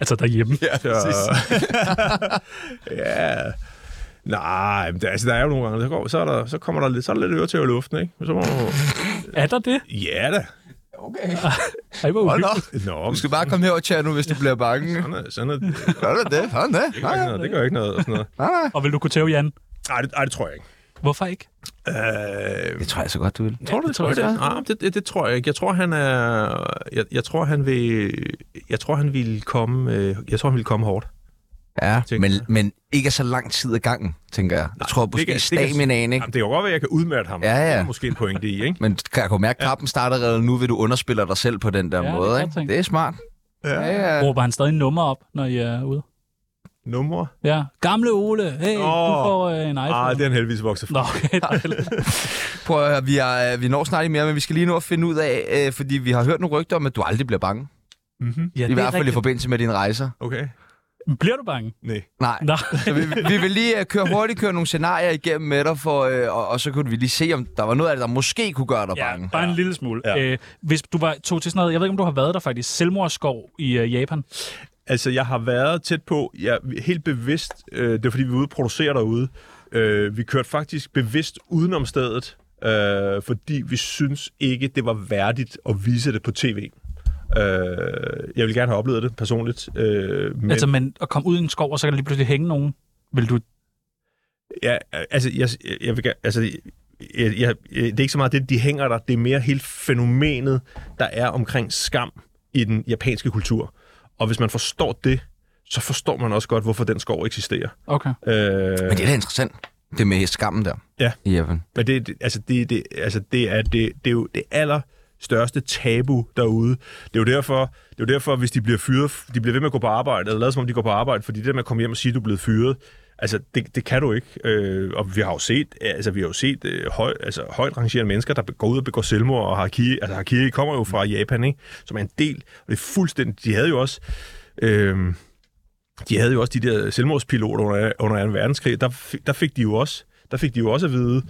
Speaker 2: Altså derhjemme.
Speaker 4: ja, så... ja. Nej, men der, altså, der er jo nogle gange, så, går, så, er der, så kommer der lidt, så er der lidt øretæv i luften, ikke? Og Så må man...
Speaker 2: Er der det?
Speaker 4: Ja da.
Speaker 2: Ej, hvor
Speaker 1: Hold
Speaker 2: uhyggeligt.
Speaker 1: op.
Speaker 4: Nå,
Speaker 1: Du
Speaker 4: men
Speaker 1: skal bare komme her og tjene nu, hvis du bliver bange.
Speaker 4: sådan er, sådan er, det gør
Speaker 1: Gør du det? Sådan det.
Speaker 4: ikke noget, det gør ikke noget. og Sådan noget.
Speaker 2: Og vil du kunne tæve Jan?
Speaker 4: Ej, det, ej, det tror jeg ikke.
Speaker 2: Hvorfor ikke?
Speaker 4: Øh,
Speaker 1: Det tror jeg så godt, du vil.
Speaker 4: Tror du, det, tror jeg, det, ah, det, det, det tror jeg ikke. Jeg tror, han er... Jeg, jeg tror, han vil... Jeg tror, han vil komme... Øh, jeg tror, han vil komme hårdt.
Speaker 1: Ja,
Speaker 4: Tænker
Speaker 1: men,
Speaker 4: jeg.
Speaker 1: men ikke så lang tid ad gangen, tænker jeg. Jeg tror måske staminaen, ikke?
Speaker 4: Jamen, det kan godt være, at jeg kan udmatte ham.
Speaker 1: Ja, ja.
Speaker 4: Det er måske en pointe i, ikke?
Speaker 1: Men kan jeg kunne mærke, at kampen starter allerede nu, vil du underspiller dig selv på den der
Speaker 2: Ja, det er
Speaker 1: måde,
Speaker 2: godt
Speaker 1: ikke?
Speaker 2: tænkt.
Speaker 1: Det er smart. Ja, ja.
Speaker 2: Råber han stadig nummer op, når I er ude?
Speaker 4: Nummer?
Speaker 2: Ja. Gamle Ole, hey, oh. du
Speaker 4: Åh.
Speaker 2: får øh, en iPhone.
Speaker 4: Ah, det er han heldigvis vokset fra.
Speaker 2: Nå, okay, dejligt.
Speaker 1: Prøv at høre, vi, er, øh, vi når snart ikke mere, men vi skal lige nu at finde ud af, øh, fordi vi har hørt nogle rygter om, at du aldrig bliver bange.
Speaker 4: Mm-hmm.
Speaker 2: Ja,
Speaker 1: I hvert fald i forbindelse med dine rejser.
Speaker 4: Okay.
Speaker 2: Bliver du bange?
Speaker 4: Nej.
Speaker 1: Nej.
Speaker 2: Nå.
Speaker 1: Så vi, vi vil lige øh, køre hurtigt køre nogle scenarier igennem med dig, for, øh, og, og så kunne vi lige se, om der var noget af det, der måske kunne gøre dig bange.
Speaker 2: Ja, bare en lille smule. Ja.
Speaker 4: Ja.
Speaker 2: Øh, hvis du var, tog til sådan noget, jeg ved ikke, om du har været der faktisk, Selvmordsskov i øh, Japan.
Speaker 4: Altså, jeg har været tæt på, jeg er helt bevidst, øh, det er fordi, vi er ude og producere derude, øh, vi kørte faktisk bevidst udenom stedet, øh, fordi vi synes ikke, det var værdigt at vise det på tv. Øh, jeg vil gerne have oplevet det personligt, øh, men
Speaker 2: Men... Altså, men at komme ud i en skov, og så kan der lige pludselig hænge nogen. Vil du...
Speaker 4: Ja, altså, jeg, jeg vil gerne, altså, jeg, jeg, det er ikke så meget det, de hænger der. Det er mere hele fænomenet, der er omkring skam i den japanske kultur. Og hvis man forstår det, så forstår man også godt, hvorfor den skov eksisterer.
Speaker 2: Okay.
Speaker 4: Øh,
Speaker 1: Men det er da interessant, det med skammen der.
Speaker 4: Ja.
Speaker 1: I Japan.
Speaker 4: men det, det- altså, det, det, altså, det er, det, det er jo det aller største tabu derude. Det er jo derfor, det er jo derfor hvis de bliver fyret, de bliver ved med at gå på arbejde, eller lader som om de går på arbejde, fordi det der med at komme hjem og sige, at du er blevet fyret, altså det, det kan du ikke. Øh, og vi har jo set, altså vi har jo set øh, høj, altså, højt rangerende mennesker, der går ud og begår selvmord, og Harkiri, altså Harkiri kommer jo fra Japan, ikke? som er en del, og det er fuldstændig, de havde jo også, øh, de havde jo også de der selvmordspiloter under, under 2. verdenskrig, der, fik- der fik de jo også, der fik de jo også at vide,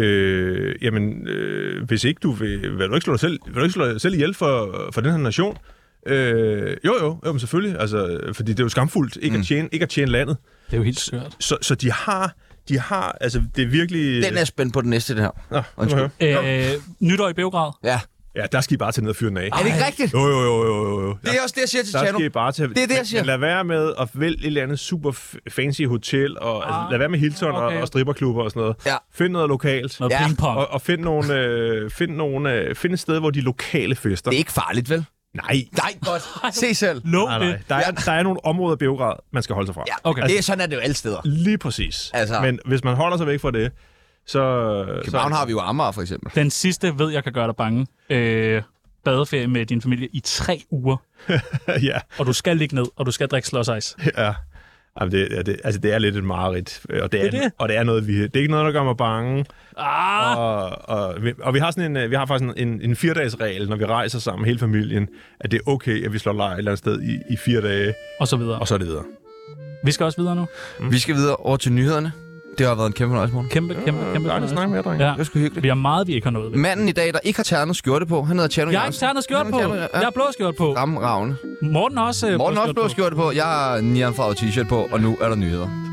Speaker 4: øh, jamen, øh, hvis ikke du vil, vil du ikke slå dig selv, vil du ikke slå dig selv ihjel for, for den her nation? Øh, jo, jo, jo, men selvfølgelig, altså, fordi det er jo skamfuldt ikke, mm. at, tjene, ikke at tjene landet.
Speaker 2: Det er jo helt skørt.
Speaker 4: Så, så de har, de har, altså, det er virkelig...
Speaker 1: Den er jeg spændt på den næste, det her.
Speaker 4: Nå, det må
Speaker 1: Undskyld.
Speaker 4: jeg høre.
Speaker 2: Øh, nytår i Beograd.
Speaker 1: Ja.
Speaker 4: ja, der skal I bare tage ned og fyre den af.
Speaker 1: Er det ikke rigtigt?
Speaker 4: Jo, jo, jo, jo, jo, jo.
Speaker 1: Det er også det, jeg siger til
Speaker 4: Der
Speaker 1: Tjano.
Speaker 4: skal I bare tage...
Speaker 1: Det er det, jeg siger.
Speaker 4: Men lad være med at vælge et eller andet super f- fancy hotel, og altså, lad være med Hilton
Speaker 2: okay.
Speaker 4: og, og stripperklubber og sådan noget.
Speaker 1: Ah, Ja.
Speaker 4: Find noget lokalt.
Speaker 2: Noget
Speaker 1: Ja.
Speaker 2: ja. pingpong.
Speaker 4: Og, og find, nogle, øh, find, nogle, øh, find et sted, hvor de lokale fester.
Speaker 1: Det er ikke farligt, vel?
Speaker 4: Nej.
Speaker 1: Nej, godt. Se selv.
Speaker 2: Lov
Speaker 4: Nej,
Speaker 2: det.
Speaker 4: Ah, nej. Der, er, der er nogle områder i Beograd, man skal holde sig fra.
Speaker 1: Ja,
Speaker 2: Okay.
Speaker 1: det er sådan, at det er jo alle steder.
Speaker 4: Lige præcis.
Speaker 1: Altså-
Speaker 4: Men hvis man holder sig væk fra det, så...
Speaker 1: København har vi jo Amager, for eksempel.
Speaker 2: Den sidste ved, jeg kan gøre dig bange. Øh, badeferie med din familie i tre uger.
Speaker 4: så, ja,
Speaker 2: Og du skal ligge ned, og du skal drikke slås ice.
Speaker 4: ja. Jamen, det, ja, det, altså, det er lidt et mareridt. øh, Og det er,
Speaker 2: Det er det.
Speaker 4: Og det er noget, vi... Det er ikke noget, der gør mig bange.
Speaker 2: Ah,
Speaker 4: Og, og, vi- og vi har sådan en, øh, vi har faktisk en, en, en fire-dages-regel, når vi rejser sammen, hele familien, at det er okay, at vi slår lejr et eller andet sted i, i fire dage,
Speaker 2: og så videre.
Speaker 4: og så er det videre.
Speaker 2: Vi skal også videre nu.
Speaker 1: Vi skal videre over til nyhederne. Det har været en kæmpe fornøjelse, morgen.
Speaker 2: Kæmpe, kæmpe, kæmpe.
Speaker 4: Dejligt at snakke med jer, drenge.
Speaker 2: Ja.
Speaker 1: Det var sgu hyggeligt.
Speaker 2: Vi har meget, vi ikke har noget ved.
Speaker 1: Manden i dag, der ikke har ternet skjorte på, han hedder Tjerno
Speaker 2: Jeg har ikke ternet skjort på. Jeg har blå skjort på.
Speaker 1: Ramme ravne.
Speaker 2: Morten har også øh,
Speaker 1: Morten
Speaker 2: blå
Speaker 1: har også blå
Speaker 2: skjort på.
Speaker 1: skjorte på. Jeg har en neonfarvet t-shirt på, og nu er der nyheder.